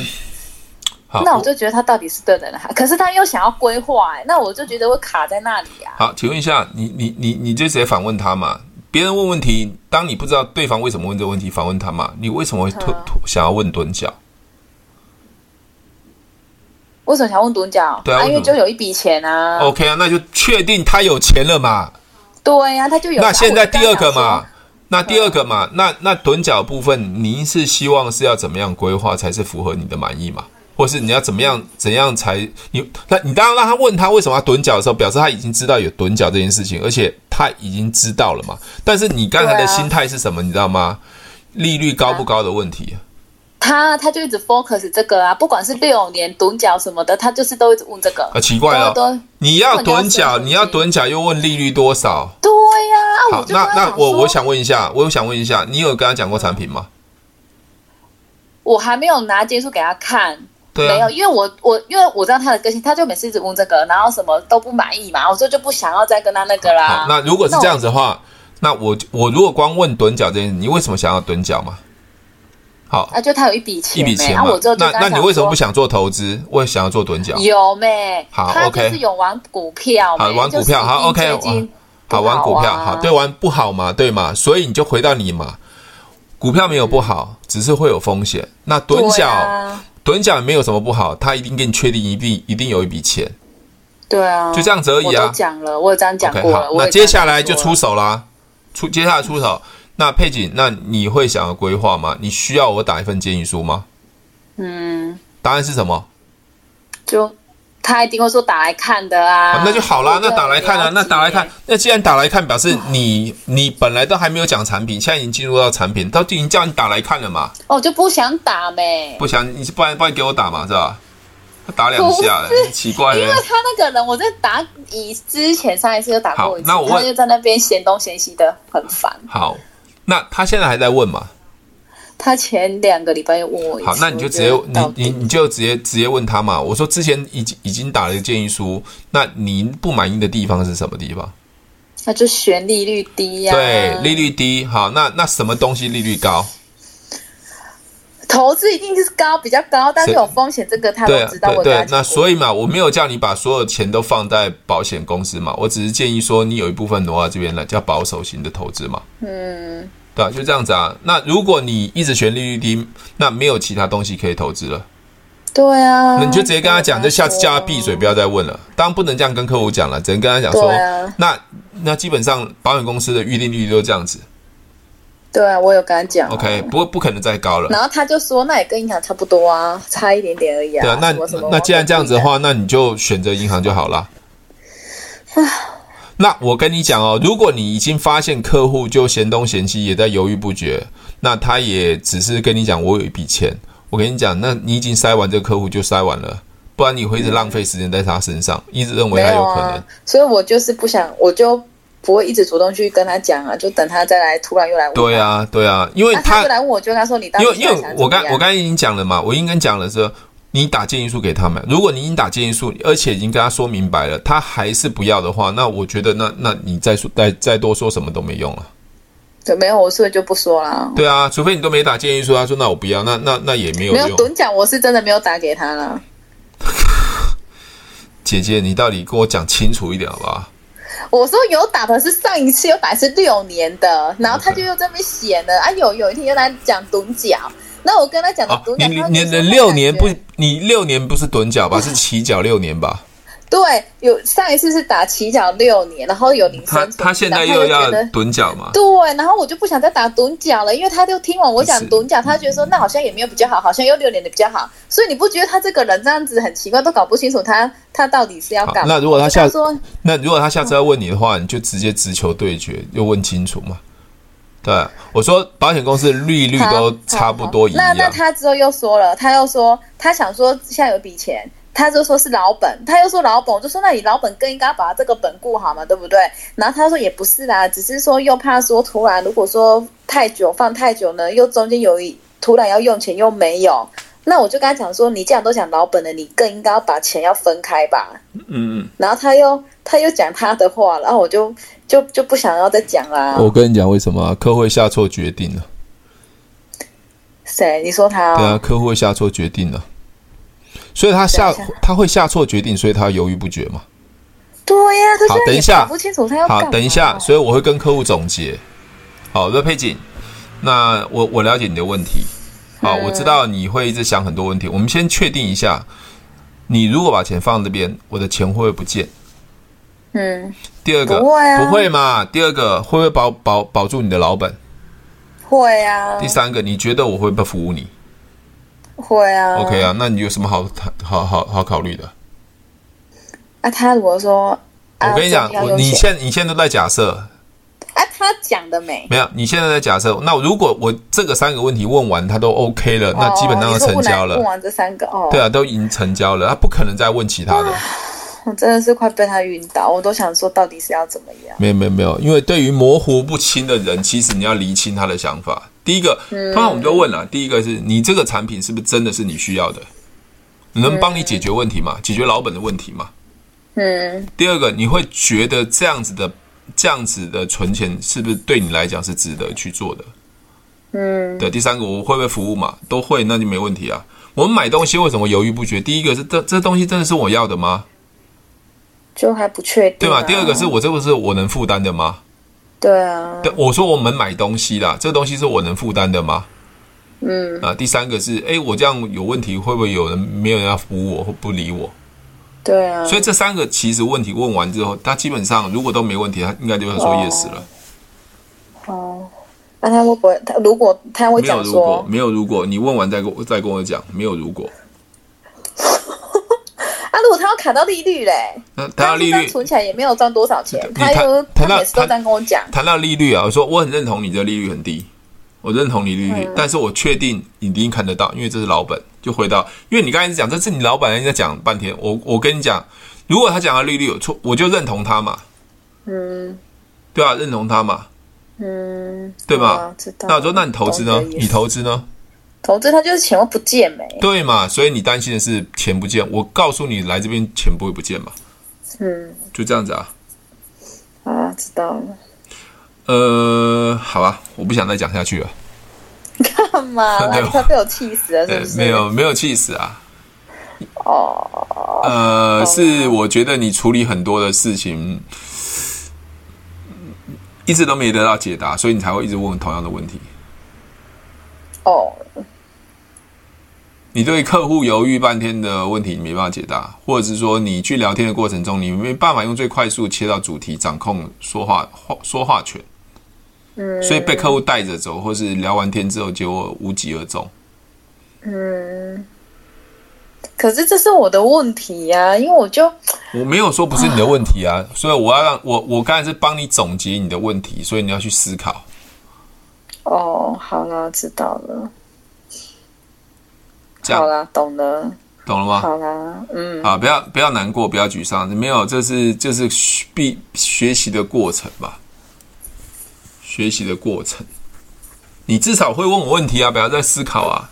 Speaker 2: 好，
Speaker 1: 那我就觉得他到底是对的人还，可是他又想要规划、欸，那我就觉得会卡在那里啊。
Speaker 2: 好，请问一下，你你你你就直接反问他嘛？别人问问题，当你不知道对方为什么问这个问题，反问他嘛？你为什么会突
Speaker 1: 嗯
Speaker 2: 突想要问蹲脚？
Speaker 1: 为什么想问独角？
Speaker 2: 对啊为什么
Speaker 1: 因为就有一笔钱啊。
Speaker 2: OK 啊，那就确定他有钱了嘛？
Speaker 1: 对啊呀、他就有。
Speaker 2: 那现在第二个
Speaker 1: 啊
Speaker 2: 嘛，，那第二个嘛，那那趸脚部分，您是希望是要怎么样规划才是符合你的满意嘛？或是你要怎么样怎样才你那你当然让他问他为什么要趸脚的时候，表示他已经知道有趸脚这件事情，而且他已经知道了嘛。但是你刚才
Speaker 1: 对
Speaker 2: 的
Speaker 1: 啊
Speaker 2: 心态是什么？你知道吗？利率高不高的问题。
Speaker 1: 他他就一直 focus 这个啊，不管是六年独角什么的，他就是都一直问这个。
Speaker 2: 啊，奇怪
Speaker 1: 对
Speaker 2: 哦
Speaker 1: 啊，
Speaker 2: 你要
Speaker 1: 根本
Speaker 2: 趸
Speaker 1: 就
Speaker 2: 脚，
Speaker 1: 要
Speaker 2: 你要趸脚又问利率多少？
Speaker 1: 对呀、啊，
Speaker 2: 好
Speaker 1: 哦我，就
Speaker 2: 那
Speaker 1: 跟他
Speaker 2: 那
Speaker 1: 讲
Speaker 2: 我
Speaker 1: 说
Speaker 2: 我想问一下，我想问一下，你有跟他讲过产品吗？
Speaker 1: 我还没有拿结束给他看，
Speaker 2: 对
Speaker 1: 没
Speaker 2: 啊
Speaker 1: 有，，因为我我因为我知道他的个性，他就每次一直问这个，然后什么都不满意嘛，我说就不想要再跟他那个啦
Speaker 2: 好，。那如果是
Speaker 1: 那我
Speaker 2: 这样子的话，那我我如果光问趸脚这件事，你为什么想要趸脚嘛？好，
Speaker 1: 啊，就他有一笔钱
Speaker 2: 一
Speaker 1: 没，
Speaker 2: 笔钱
Speaker 1: 啊，
Speaker 2: 嘛
Speaker 1: 我之后，就跟
Speaker 2: 那
Speaker 1: 他
Speaker 2: 那你
Speaker 1: 讲
Speaker 2: 为什么
Speaker 1: 说
Speaker 2: 不想做投资，我想要做趸脚？
Speaker 1: 有没？
Speaker 2: 好
Speaker 1: 他就
Speaker 2: OK
Speaker 1: 是有玩股票咩，
Speaker 2: 好玩股票
Speaker 1: 就
Speaker 2: 好
Speaker 1: 是
Speaker 2: OK，
Speaker 1: 最近不
Speaker 2: 好玩股票，
Speaker 1: 啊
Speaker 2: 好对玩不好嘛，对嘛？所以你就回到你嘛，股票没有不好，只是会有风险。那趸
Speaker 1: 对
Speaker 2: 脚，
Speaker 1: 啊，
Speaker 2: 趸脚没有什么不好，他一定给你确定，一定一定有一笔钱，
Speaker 1: 对啊，
Speaker 2: 就这样子而
Speaker 1: 我
Speaker 2: 已
Speaker 1: 都
Speaker 2: 啊。
Speaker 1: 讲了，我有这样讲
Speaker 2: OK，
Speaker 1: 过
Speaker 2: 好
Speaker 1: 了。，我
Speaker 2: 那
Speaker 1: 也
Speaker 2: 接
Speaker 1: 这样
Speaker 2: 下来就
Speaker 1: 讲过
Speaker 2: 出
Speaker 1: 了
Speaker 2: 手啦，出接下来出手。那佩锦，那你会想要规划吗？你需要我打一份建议书吗？
Speaker 1: 嗯，
Speaker 2: 答案是什么？
Speaker 1: 就他一定会说打来看的
Speaker 2: 啊
Speaker 1: 啊，
Speaker 2: 那就好啦，那打来看
Speaker 1: 了，
Speaker 2: 啊
Speaker 1: 解
Speaker 2: 那打来看，，那既然打来看，表示你你本来都还没有讲产品，现在已经进入到产品，他就已经叫你打来看了嘛，
Speaker 1: 哦，就不想打呗。
Speaker 2: 不想你不然不然给我打嘛，是吧？他打两下了
Speaker 1: 不，是
Speaker 2: 奇怪
Speaker 1: 因为
Speaker 2: 了。
Speaker 1: 他那个人，我在打以之前上一次就打过一次，
Speaker 2: 好那我问
Speaker 1: 他就在那边嫌东嫌西的，很烦。
Speaker 2: 好，那他现在还在问嘛？
Speaker 1: 他前两个礼拜又问我一次，
Speaker 2: 好，那你就
Speaker 1: 我
Speaker 2: 直接
Speaker 1: 觉得到
Speaker 2: 你你
Speaker 1: 底
Speaker 2: 你就直接直接问他嘛。我说之前已经已经打了建议书，那您不满意的地方是什么地方？
Speaker 1: 那就选利率低呀、
Speaker 2: 对，利率低，好，那那什么东西利率高？
Speaker 1: 投资一定就是高，比较高，但是
Speaker 2: 谁
Speaker 1: 有风险，这个他都
Speaker 2: 对啊
Speaker 1: 知道。
Speaker 2: 对
Speaker 1: 我
Speaker 2: 对，那所
Speaker 1: 以
Speaker 2: 以嘛，我没有叫你把所有钱都放在保险公司嘛，我只是建议说你有一部分挪到这边来，叫保守型的投资嘛。
Speaker 1: 嗯，
Speaker 2: 对啊，就这样子啊。那如果你一直选利率低，那没有其他东西可以投资了，
Speaker 1: 对啊，
Speaker 2: 那你就直接跟他讲，就下次叫他闭嘴，不
Speaker 1: 要。
Speaker 2: 要再问了。当然不能这样跟客户讲了，只能跟他讲说，
Speaker 1: 对啊
Speaker 2: 那那基本上保险公司的预定利率都这样子
Speaker 1: 对啊，我有跟他讲啊、
Speaker 2: ，OK，不过不可能再高了。
Speaker 1: 然后他就说，那也跟银行差不多啊，差一点点而已啊。
Speaker 2: 对啊，那
Speaker 1: 什么什么
Speaker 2: 那既然这样子的
Speaker 1: 我
Speaker 2: 话，那你就选择银行就好了。那我跟你讲哦，如果你已经发现客户就嫌东嫌西，也在犹豫不决，那他也只是跟你讲我有一笔钱，我跟你讲，那你已经筛完这个客户就筛完了，不然你会一直浪费时间在他身上，一直认
Speaker 1: 不
Speaker 2: 为
Speaker 1: 一样
Speaker 2: 他
Speaker 1: 没有
Speaker 2: 可能
Speaker 1: 啊。，所以我就是不想，我就不会一直主动去跟他讲啊，就等他再来，突然又来问。
Speaker 2: 对啊，对啊，因为
Speaker 1: 那他又来问我，就跟他说你到底
Speaker 2: 因为因
Speaker 1: 现在想
Speaker 2: 为我刚
Speaker 1: 怎么样
Speaker 2: 我刚才已经讲了嘛，我已经跟你讲了说，你打建议书给他们，如果你已经打建议书，而且已经跟他说明白了，他还是不要的话，那我觉得那那你再说再再多说什么都没用了。
Speaker 1: 对没有，我所以就不说啦。
Speaker 2: 对啊，除非你都没打建议书，他说那我不要，那那那也没有
Speaker 1: 没有
Speaker 2: 用。
Speaker 1: 趸讲，我是真的没有打给他啦。
Speaker 2: 姐姐，你到底跟我讲清楚一点好不好？
Speaker 1: 我说有打的是上一次有打是六年的，然后他就又这么写
Speaker 2: 嗯
Speaker 1: 了啊，有有一天又来讲趸角，那我跟他呃讲的
Speaker 2: 啊
Speaker 1: 趸，
Speaker 2: 你
Speaker 1: 角，
Speaker 2: 你
Speaker 1: 他就说
Speaker 2: 你你
Speaker 1: 他
Speaker 2: 六
Speaker 1: 感
Speaker 2: 年
Speaker 1: 觉
Speaker 2: 不，你六年不是趸 脚吧，是起脚六年吧？
Speaker 1: 对，有上一次是打起脚六年，然后有铃声
Speaker 2: 他
Speaker 1: 出现，
Speaker 2: 他现在
Speaker 1: 然后
Speaker 2: 又
Speaker 1: 他就
Speaker 2: 要啊
Speaker 1: 觉得
Speaker 2: 趸脚嘛？
Speaker 1: 对，然后我就不想再打趸脚了，因为他就听完我讲
Speaker 2: 是
Speaker 1: 趸脚，他觉得说那好像也没有比较好，好像又六年的比较好，所以你不觉得他这个人这样子很奇怪，都搞不清楚他他到底是要
Speaker 2: 好，
Speaker 1: 干嘛？
Speaker 2: 那如果他下
Speaker 1: 他说
Speaker 2: 那如果他下次要问你的话，你就直接直球对决，又问清楚嘛。对，啊我说保险公司的利率
Speaker 1: 好
Speaker 2: 都差不多一
Speaker 1: 那
Speaker 2: 样
Speaker 1: 那。他之后又说了，他又说他想说现在有一笔钱，他就说是老本，他又说老本，我就说那你老本更应该把这个本顾好嘛，对不对？然后他说也不是啦，只是说又怕说突然如果说太久放太久呢，又中间有一突然要用钱又没有，那我就跟他讲说，你既然都讲老本了，你更应该要把钱要分开吧。
Speaker 2: 嗯嗯，
Speaker 1: 然后他又他又讲他的话，然后我就就就不想要再讲啦。
Speaker 2: 我跟你讲为什么啊客户会下错决定了？
Speaker 1: 谁？你说他、哦？
Speaker 2: 对啊，客户会下错决定了，所以他下
Speaker 1: 等一下
Speaker 2: 他会下错决定，所以他犹豫不决嘛。
Speaker 1: 对呀、他
Speaker 2: 好
Speaker 1: 现在
Speaker 2: 等一
Speaker 1: 也
Speaker 2: 下
Speaker 1: 搞不清楚他要干
Speaker 2: 好
Speaker 1: 嘛，
Speaker 2: 等一下，所以我会跟客户总结。好的，佩锦，那我我了解你的问题。好，
Speaker 1: 嗯
Speaker 2: 我知道你会一直想很多问题。我们先确定一下，你如果把钱放这边，我的钱会不会不见？
Speaker 1: 嗯，
Speaker 2: 第二个
Speaker 1: 不会啊
Speaker 2: 嘛。第二个会不会保保保住你的老本？
Speaker 1: 会啊
Speaker 2: 第，三个，你觉得我会不会服务你、
Speaker 1: 会啊
Speaker 2: o k 啊，那你有什么好好好好考虑的？
Speaker 1: 啊，他如果说，啊、
Speaker 2: 我跟你讲，
Speaker 1: 这个要
Speaker 2: 我
Speaker 1: 用
Speaker 2: 你
Speaker 1: 钱
Speaker 2: 现你现在都在假设，
Speaker 1: 啊，他讲的美，
Speaker 2: 没有，你现在在假设。那如果我这个三个问题问完，他都 OK 了，那基本
Speaker 1: 哦
Speaker 2: 上都
Speaker 1: 你说
Speaker 2: 成
Speaker 1: 不难
Speaker 2: 交了。
Speaker 1: 问完这三个哦，
Speaker 2: 对啊，都已经成交了，他不可能再问其他的。
Speaker 1: 我真的是快被他晕倒，我都想说到底是要怎么样？
Speaker 2: 没有没有没有，因为对于模糊不清的人，其实你要厘清他的想法。第一个，通常我们就问了，第一个是你这个产品是不是真的是你需要的？能帮你解决问题吗？解决老本的问题吗？
Speaker 1: 嗯，
Speaker 2: 第二个，你会觉得这样子的这样子的存钱是不是对你来讲是值得去做的？嗯，对。第三个，我会不会服务嘛？都会，那就没问题啊。我们买东西为什么犹豫不决？第一个是这这东西真的是我要的吗？
Speaker 1: 就还不确定、
Speaker 2: 对
Speaker 1: 啊，
Speaker 2: 吧？第二个是，我这个是我能负担的吗？
Speaker 1: 对啊，
Speaker 2: 对，我说我们买东西啦，这东西是我能负担的吗？
Speaker 1: 嗯，
Speaker 2: 啊，第三个是，哎，我这样有问题，会不会有人没有人要服务我或不理我？
Speaker 1: 对啊，
Speaker 2: 所以这三个其实问题问完之后，他基本上如果都没问题，他应该就会说
Speaker 1: 哦
Speaker 2: yes 了。
Speaker 1: 哦，那、他会不会？他如果他会
Speaker 2: 没有
Speaker 1: 讲
Speaker 2: 如果
Speaker 1: 哦说，
Speaker 2: 没有如果，你问完再跟我再跟我讲，没有如果。
Speaker 1: 啊，如果他要卡到利率嘞，
Speaker 2: 那谈到利
Speaker 1: 他就算
Speaker 2: 率，
Speaker 1: 存起来也没有赚多少钱，
Speaker 2: 你
Speaker 1: 他
Speaker 2: 谈
Speaker 1: 又
Speaker 2: 谈到
Speaker 1: 他每次都
Speaker 2: 谈
Speaker 1: 这样跟我讲，
Speaker 2: 谈到利率啊，我说我很认同你的利率很低，我认同你利率，但是我确定你一定看得到，因为这是老本。就回到，因为你刚才一直讲这是你老板，人家讲半天，我我跟你讲，如果他讲的利率有错，我就认同他嘛，
Speaker 1: 嗯
Speaker 2: 对啊，认同他嘛。
Speaker 1: 嗯，
Speaker 2: 对吧
Speaker 1: 哦知道。
Speaker 2: 那我说，那你投资呢？
Speaker 1: 懂的意思
Speaker 2: 你投资呢？
Speaker 1: 投资，他就是钱会不见没，
Speaker 2: 对嘛？所以你担心的是钱不见，我告诉你，来这边钱不会不见嘛，
Speaker 1: 嗯，
Speaker 2: 就这样子啊。嗯
Speaker 1: 啊，知道了。
Speaker 2: 呃，好吧，我不想再讲下去了。
Speaker 1: 干嘛啦？
Speaker 2: 对
Speaker 1: 你快被我气死 了，是不
Speaker 2: 呃
Speaker 1: 是？
Speaker 2: 没有没有气死啊。
Speaker 1: 哦，
Speaker 2: 呃，是我觉得你处理很多的事情，一直都没得到解答，所以你才会一直问同样的问题。
Speaker 1: 哦，
Speaker 2: 你对客户犹豫半天的问题，你没办法解答，或者是说你去聊天的过程中，你没办法用最快速切到主题，掌控说话话说话权。嗯，所以被客户带着走，或是聊完天之后，结果无疾而终。
Speaker 1: 可是这是我的问题呀、因为我就
Speaker 2: 我没有说不是你的问题啊，所以我要让我我刚才是帮你总结你的问题，所以你要去思考。
Speaker 1: 哦，好啦，知道了，
Speaker 2: 这样啊
Speaker 1: 好啦，懂了，
Speaker 2: 懂了吗？
Speaker 1: 好啦，嗯，
Speaker 2: 啊，不要不要难过，不要沮丧，没有，这是这是学必学习的过程吧，学习的过程，你至少会问我问题啊，不要再思考啊。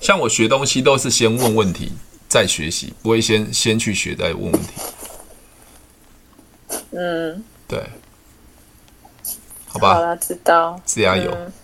Speaker 2: 像我学东西都是先问问题再学习，不会先先去学再问问题。嗯，对，好吧，
Speaker 1: 好啦，知道，
Speaker 2: 加油。